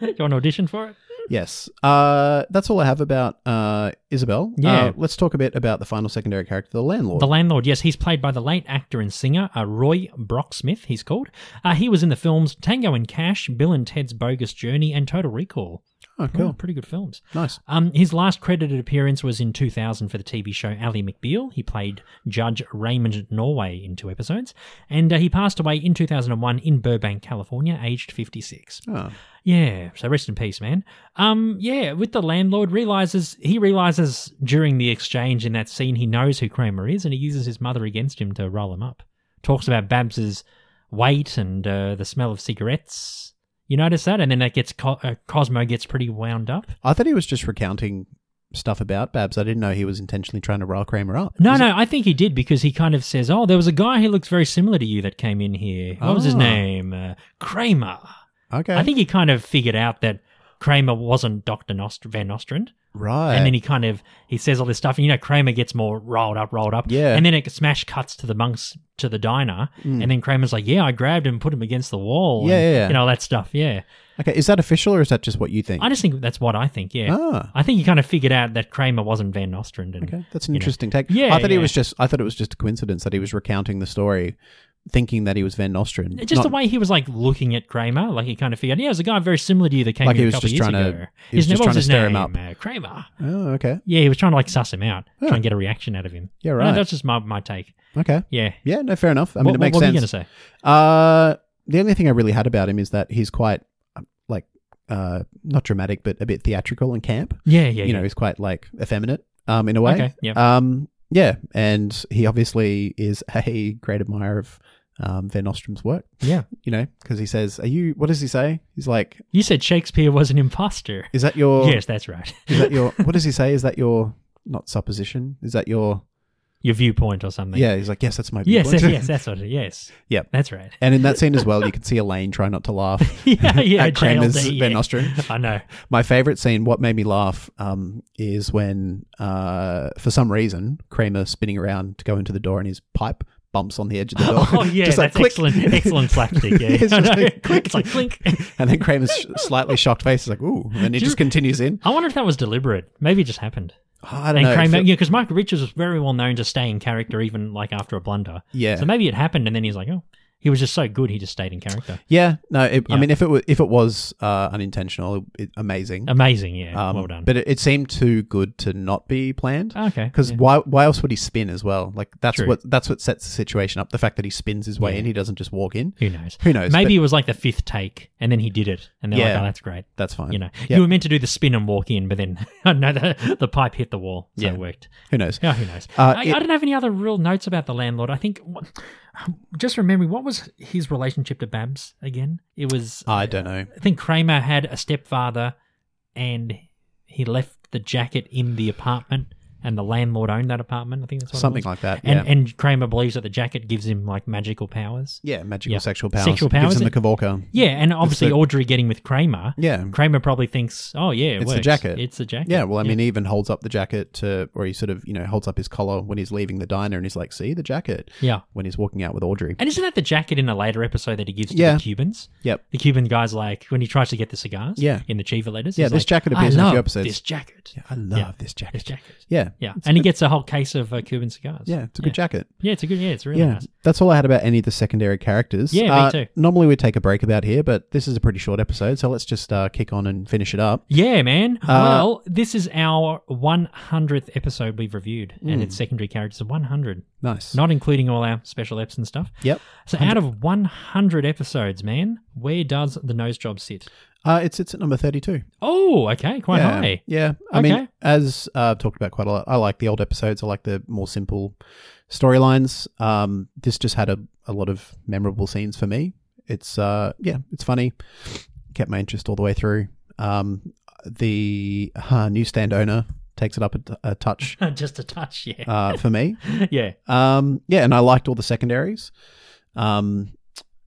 Speaker 6: you want to audition for it?
Speaker 5: Yes. Uh, that's all I have about uh, Isabel.
Speaker 6: Yeah.
Speaker 5: Uh, let's talk a bit about the final secondary character, the landlord.
Speaker 6: The landlord, yes, he's played by the late actor and singer uh, Roy Brocksmith. He's called. Uh, he was in the films Tango and Cash, Bill and Ted's Bogus Journey, and Total Recall.
Speaker 5: oh,
Speaker 6: Oh,
Speaker 5: cool.
Speaker 6: pretty good films.
Speaker 5: Nice.
Speaker 6: Um, his last credited appearance was in 2000 for the TV show Ally McBeal. He played Judge Raymond Norway in two episodes, and uh, he passed away in 2001 in Burbank, California, aged 56.
Speaker 5: Oh.
Speaker 6: Yeah, so rest in peace, man. Um, yeah, with the landlord realizes he realizes during the exchange in that scene he knows who Kramer is, and he uses his mother against him to roll him up. Talks about Babs's weight and uh, the smell of cigarettes. You notice that, and then that gets co- uh, Cosmo gets pretty wound up.
Speaker 5: I thought he was just recounting stuff about Babs. I didn't know he was intentionally trying to rile Kramer up.
Speaker 6: No, no, I think he did because he kind of says, "Oh, there was a guy who looks very similar to you that came in here. What was his
Speaker 5: Ah.
Speaker 6: name? Uh, Kramer."
Speaker 5: Okay.
Speaker 6: I think he kind of figured out that Kramer wasn't Doctor Nost- Van Nostrand,
Speaker 5: right.
Speaker 6: and then he kind of he says all this stuff, and you know, Kramer gets more rolled up, rolled up,
Speaker 5: Yeah. Mm.
Speaker 6: and then it smash cuts to the monks to the diner, and then Kramer's like, "Yeah, I grabbed him, and put him against the wall,
Speaker 5: Yeah,
Speaker 6: and,
Speaker 5: yeah, yeah.
Speaker 6: you know all that stuff." Yeah,
Speaker 5: okay. Is that official or is that just what you think?
Speaker 6: I just think that's what I think. Yeah,
Speaker 5: Ah.
Speaker 6: I think he kind of figured out that Kramer wasn't Van Nostrand, and
Speaker 5: Okay, that's an
Speaker 6: you know.
Speaker 5: interesting take.
Speaker 6: Yeah,
Speaker 5: I thought he
Speaker 6: yeah.
Speaker 5: was just. I thought it was just a coincidence that he was recounting the story, thinking that he was Van Nostrand.
Speaker 6: Just the
Speaker 5: Not-
Speaker 6: way he was like looking at Kramer, like he kind of figured, yeah, there's a guy very similar to you that came
Speaker 5: Like
Speaker 6: here
Speaker 5: he
Speaker 6: a
Speaker 5: was
Speaker 6: couple
Speaker 5: just
Speaker 6: years
Speaker 5: trying to-
Speaker 6: ago.
Speaker 5: he was
Speaker 6: His name-
Speaker 5: just
Speaker 6: what
Speaker 5: trying
Speaker 6: was
Speaker 5: to
Speaker 6: his
Speaker 5: stir him
Speaker 6: name?
Speaker 5: up.
Speaker 6: Uh, Kramer.
Speaker 5: Oh, okay.
Speaker 6: Yeah, he was trying to like suss him out,
Speaker 5: Yeah.
Speaker 6: try and get a reaction out of him.
Speaker 5: Yeah,
Speaker 6: No,
Speaker 5: right.
Speaker 6: that's just my, my take.
Speaker 5: Okay.
Speaker 6: Yeah.
Speaker 5: Yeah. No. Fair enough. I mean,
Speaker 6: what,
Speaker 5: it makes
Speaker 6: what were you
Speaker 5: sense.
Speaker 6: gonna say?
Speaker 5: Uh, the only thing I really had about him is that he's quite um, like uh not dramatic, but a bit theatrical and camp.
Speaker 6: Yeah, yeah,
Speaker 5: you
Speaker 6: yeah.
Speaker 5: know, he's quite like effeminate um in a way.
Speaker 6: Okay, yep.
Speaker 5: Um. Yeah, and he obviously is a great admirer of um, Van Nostrand's work.
Speaker 6: yeah.
Speaker 5: You know, because he says, "Are you?" What does he say? He's like,
Speaker 6: You said Shakespeare was an imposter.
Speaker 5: "Is that your?"
Speaker 6: yes, that's right.
Speaker 5: Is that your? What does he say? Is that your not supposition? Is that your?
Speaker 6: Your viewpoint or something.
Speaker 5: Yeah, he's like, yes, that's my.
Speaker 6: Yes,
Speaker 5: viewpoint."
Speaker 6: that, yes, that's what it yes.
Speaker 5: Yep.
Speaker 6: That's right.
Speaker 5: And in that scene as well, you can see Elaine try not to laugh.
Speaker 6: yeah, yeah.
Speaker 5: at Kramer's
Speaker 6: JLD,
Speaker 5: Van
Speaker 6: yeah.
Speaker 5: Nostrand.
Speaker 6: I know.
Speaker 5: My favorite scene, what made me laugh, um, is when, uh, for some reason, Kramer spinning around to go into the door and his pipe bumps on the edge of the door.
Speaker 6: Oh yeah,
Speaker 5: Just like,
Speaker 6: that's
Speaker 5: click.
Speaker 6: excellent excellent slapstick, yeah.
Speaker 5: Yeah, it's
Speaker 6: I
Speaker 5: just
Speaker 6: know.
Speaker 5: like, click.
Speaker 6: It's like clink.
Speaker 5: and then Kramer's sh- slightly shocked face is like, ooh, and then he
Speaker 6: Do you-
Speaker 5: just continues in.
Speaker 6: I wonder if that was deliberate. Maybe it just happened.
Speaker 5: Oh, I don't
Speaker 6: And
Speaker 5: know.
Speaker 6: Kramer,
Speaker 5: Fe-
Speaker 6: yeah, because Michael Richards was very well known to stay in character even like after a blunder.
Speaker 5: Yeah.
Speaker 6: So maybe it happened, and then he's like, oh, he was just so good, he just stayed in character.
Speaker 5: yeah, no. It, I
Speaker 6: Yeah.
Speaker 5: mean, if it was if it was uh, unintentional, it, amazing.
Speaker 6: Amazing, yeah.
Speaker 5: Um,
Speaker 6: well done. Ah,
Speaker 5: But it, it seemed too good to not be planned.
Speaker 6: okay,
Speaker 5: Because
Speaker 6: yeah.
Speaker 5: why? Why else would he spin as well? Like that's
Speaker 6: True.
Speaker 5: what that's what sets the situation up. The fact that he spins his way in, he doesn't just walk in.
Speaker 6: who knows?
Speaker 5: Who knows?
Speaker 6: Maybe
Speaker 5: But
Speaker 6: it was like the fifth take, and then he did it, and they're
Speaker 5: Yeah.
Speaker 6: like, oh, that's great.
Speaker 5: that's fine.
Speaker 6: You know,
Speaker 5: Yeah.
Speaker 6: you were meant to do the spin and walk in, but then no, the, the pipe hit the wall, so
Speaker 5: Yeah.
Speaker 6: it worked.
Speaker 5: who knows?
Speaker 6: Yeah, who knows?
Speaker 5: Uh,
Speaker 6: I,
Speaker 5: it-
Speaker 6: I don't have any other real notes about the landlord. I think what, just remembering what was his relationship to Babs again? It was
Speaker 5: I don't know.
Speaker 6: I think Kramer had a stepfather, and he left the jacket in the apartment, and the landlord owned that apartment. I think that's what it
Speaker 5: Something
Speaker 6: was.
Speaker 5: like that. Yeah.
Speaker 6: And and Kramer believes that the jacket gives him like magical powers.
Speaker 5: yeah. Magical
Speaker 6: yeah.
Speaker 5: sexual powers.
Speaker 6: Sexual
Speaker 5: Gives
Speaker 6: powers,
Speaker 5: him the Kavorka.
Speaker 6: Yeah, and obviously
Speaker 5: the-
Speaker 6: Audrey getting with Kramer.
Speaker 5: Yeah.
Speaker 6: Kramer probably thinks, oh yeah, it
Speaker 5: It's the
Speaker 6: works.
Speaker 5: jacket.
Speaker 6: It's the jacket.
Speaker 5: Yeah. Well, I mean, he even holds up the jacket to, or he sort of, you know, holds up his collar when he's leaving the diner, and he's like, "See the jacket."
Speaker 6: yeah.
Speaker 5: When he's walking out with Audrey.
Speaker 6: And isn't that the jacket in a later episode that he gives to
Speaker 5: Yeah.
Speaker 6: the Cubans?
Speaker 5: Yep.
Speaker 6: The Cuban guy's like when he tries to get the cigars.
Speaker 5: Yeah.
Speaker 6: In the Chiva letters.
Speaker 5: Yeah,
Speaker 6: he's
Speaker 5: this
Speaker 6: like,
Speaker 5: jacket
Speaker 6: "I
Speaker 5: appears in a few
Speaker 6: love
Speaker 5: episodes."
Speaker 6: This jacket.
Speaker 5: I love
Speaker 6: Yeah.
Speaker 5: this
Speaker 6: This
Speaker 5: jacket.
Speaker 6: jacket.
Speaker 5: Yeah.
Speaker 6: Yeah,
Speaker 5: It's
Speaker 6: and he
Speaker 5: good-
Speaker 6: gets a whole case of uh, Cuban cigars.
Speaker 5: Yeah. It's a good jacket.
Speaker 6: Yeah, it's a good. Yeah, it's really
Speaker 5: Yeah,
Speaker 6: nice.
Speaker 5: that's all I had about any of the secondary characters.
Speaker 6: Yeah, me
Speaker 5: Uh,
Speaker 6: too.
Speaker 5: Normally we take a break about here, but this is a pretty short episode, so let's just uh, kick on and finish it up.
Speaker 6: Yeah, man.
Speaker 5: Uh,
Speaker 6: well, this is our 100th episode we've reviewed,
Speaker 5: Hmm.
Speaker 6: and it's secondary characters of 100,
Speaker 5: Nice.
Speaker 6: not including all our special eps and stuff.
Speaker 5: yep.
Speaker 6: So, out of 100 episodes, man, where does the nose job sit?
Speaker 5: Uh, it's it's at number thirty-two.
Speaker 6: Oh, okay, quite
Speaker 5: yeah.
Speaker 6: high.
Speaker 5: Yeah. I
Speaker 6: Okay.
Speaker 5: mean, as uh, I've talked about quite a lot, I like the old episodes. I like the more simple storylines. Um, this just had a, a lot of memorable scenes for me. It's uh, yeah, it's funny. Kept my interest all the way through. Um, the uh, newsstand owner takes it up a, t- a touch
Speaker 6: Just a touch, yeah,
Speaker 5: uh, for me.
Speaker 6: yeah.
Speaker 5: Um, yeah, and I liked all the secondaries. Um,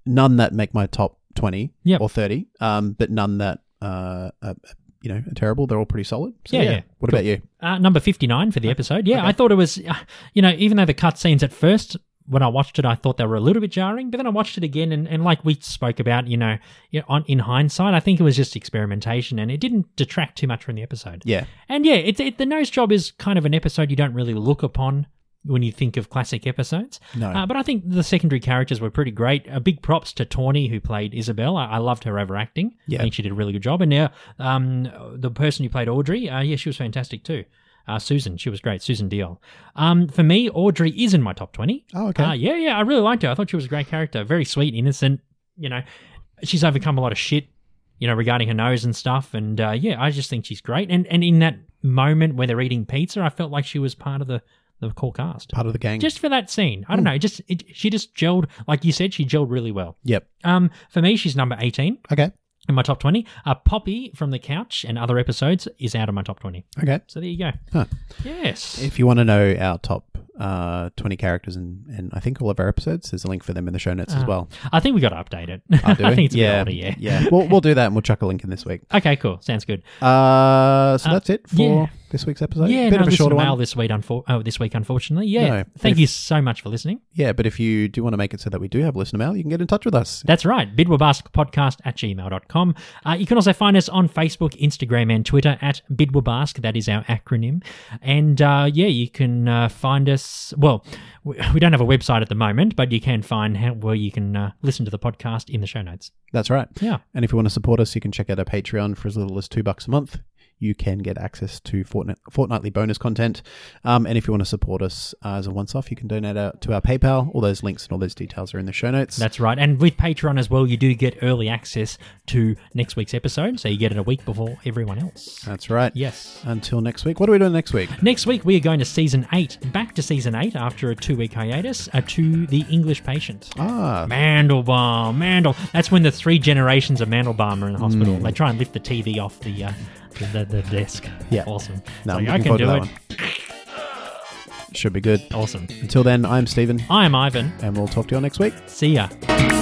Speaker 5: none that make my top twenty
Speaker 6: Yep.
Speaker 5: or thirty, um, but none that uh, uh, you know, are terrible. They're all pretty solid. So,
Speaker 6: Yeah,
Speaker 5: yeah,
Speaker 6: yeah.
Speaker 5: What about you?
Speaker 6: Uh, number 59 for the episode. Yeah, I thought it was, uh, you know, even though the cutscenes at first, when I watched it, I thought they were a little bit jarring, but then I watched it again, and, and like we spoke about, you know, you know, on, in hindsight, I think it was just experimentation and it didn't detract too much from the episode.
Speaker 5: Yeah.
Speaker 6: And yeah, it, it, the nose job is kind of an episode you don't really look upon when you think of classic episodes.
Speaker 5: No.
Speaker 6: Uh, but I think the secondary characters were pretty great. A big props to Tawny, who played Isabel. I, I loved her overacting.
Speaker 5: Yeah.
Speaker 6: I think she did a really good job. And now um, the person who played Audrey, uh, yeah, she was fantastic too. Uh, Susan, she was great. Susan Deal. Um, for me, Audrey is in my top 20.
Speaker 5: Oh, okay.
Speaker 6: Uh, yeah, yeah, I really liked her. I thought she was a great character. Very sweet, innocent, you know. She's overcome a lot of shit, you know, regarding her nose and stuff. And uh, yeah, I just think she's great. And and in that moment where they're eating pizza, I felt like she was part of the, the core cast
Speaker 5: Part of the gang.
Speaker 6: just for that scene. I don't know. Just it, she just gelled, like you said, she gelled really well.
Speaker 5: yep.
Speaker 6: Um, for me, she's number eighteen
Speaker 5: Okay.
Speaker 6: in my top twenty. Uh, Poppy from the couch and other episodes is out of my top twenty.
Speaker 5: Okay.
Speaker 6: So there you go.
Speaker 5: Huh.
Speaker 6: Yes.
Speaker 5: If you want to know our top uh, 20 characters and, and I think all of our episodes, there's a link for them in the show notes as well.
Speaker 6: I think we got to update it.
Speaker 5: Oh, do
Speaker 6: Ah. I
Speaker 5: we?
Speaker 6: think it's a
Speaker 5: yeah,
Speaker 6: bit older, yeah.
Speaker 5: yeah. We'll, we'll do that and we'll chuck a link in this week.
Speaker 6: Okay, cool. Sounds good.
Speaker 5: Uh, so
Speaker 6: Uh,
Speaker 5: that's it for
Speaker 6: yeah.
Speaker 5: this week's episode.
Speaker 6: yeah,
Speaker 5: bit
Speaker 6: no,
Speaker 5: of a
Speaker 6: this
Speaker 5: shorter
Speaker 6: mail
Speaker 5: one.
Speaker 6: this week. Unfor- oh, this week, unfortunately. Yeah.
Speaker 5: No, but
Speaker 6: Thank
Speaker 5: if-
Speaker 6: you so much for listening.
Speaker 5: Yeah, but if you do want to make it so that we do have listener mail, you can get in touch with us.
Speaker 6: That's right. Bidwabaskpodcast at gmail.com. Uh, you can also find us on Facebook, Instagram, and Twitter at Bidwabask. That is our acronym. And uh, yeah, you can uh, find us. Well, we, we don't have a website at the moment, but you can find how, where you can uh, listen to the podcast in the show notes.
Speaker 5: That's right.
Speaker 6: Yeah.
Speaker 5: And if you want to support us, you can check out our Patreon for as little as two bucks a month. You can get access to fortnight, fortnightly bonus content. Um, and if you want to support us uh, as a once off, you can donate out to our PayPal. All those links and all those details are in the show notes.
Speaker 6: That's right. And with Patreon as well, you do get early access to next week's episode. So you get it a week before everyone else.
Speaker 5: That's right.
Speaker 6: Yes.
Speaker 5: Until next week. What are we doing next week?
Speaker 6: Next week, we are going to season eight, back to season eight after a two week hiatus uh, to The English Patient.
Speaker 5: Ah,
Speaker 6: Mandelbaum, Mandel. That's when the three generations of Mandelbaum are in the hospital.
Speaker 5: Mm.
Speaker 6: They try and lift the TV off the uh, the, the, the desk.
Speaker 5: Yeah.
Speaker 6: awesome.
Speaker 5: no, I'm
Speaker 6: It's like,
Speaker 5: looking
Speaker 6: I can
Speaker 5: forward
Speaker 6: do
Speaker 5: to that
Speaker 6: it.
Speaker 5: one. Should be good.
Speaker 6: Awesome.
Speaker 5: Until then, I'm Stephen,
Speaker 6: I am Ivan.
Speaker 5: and we'll talk to you all next week.
Speaker 6: See ya.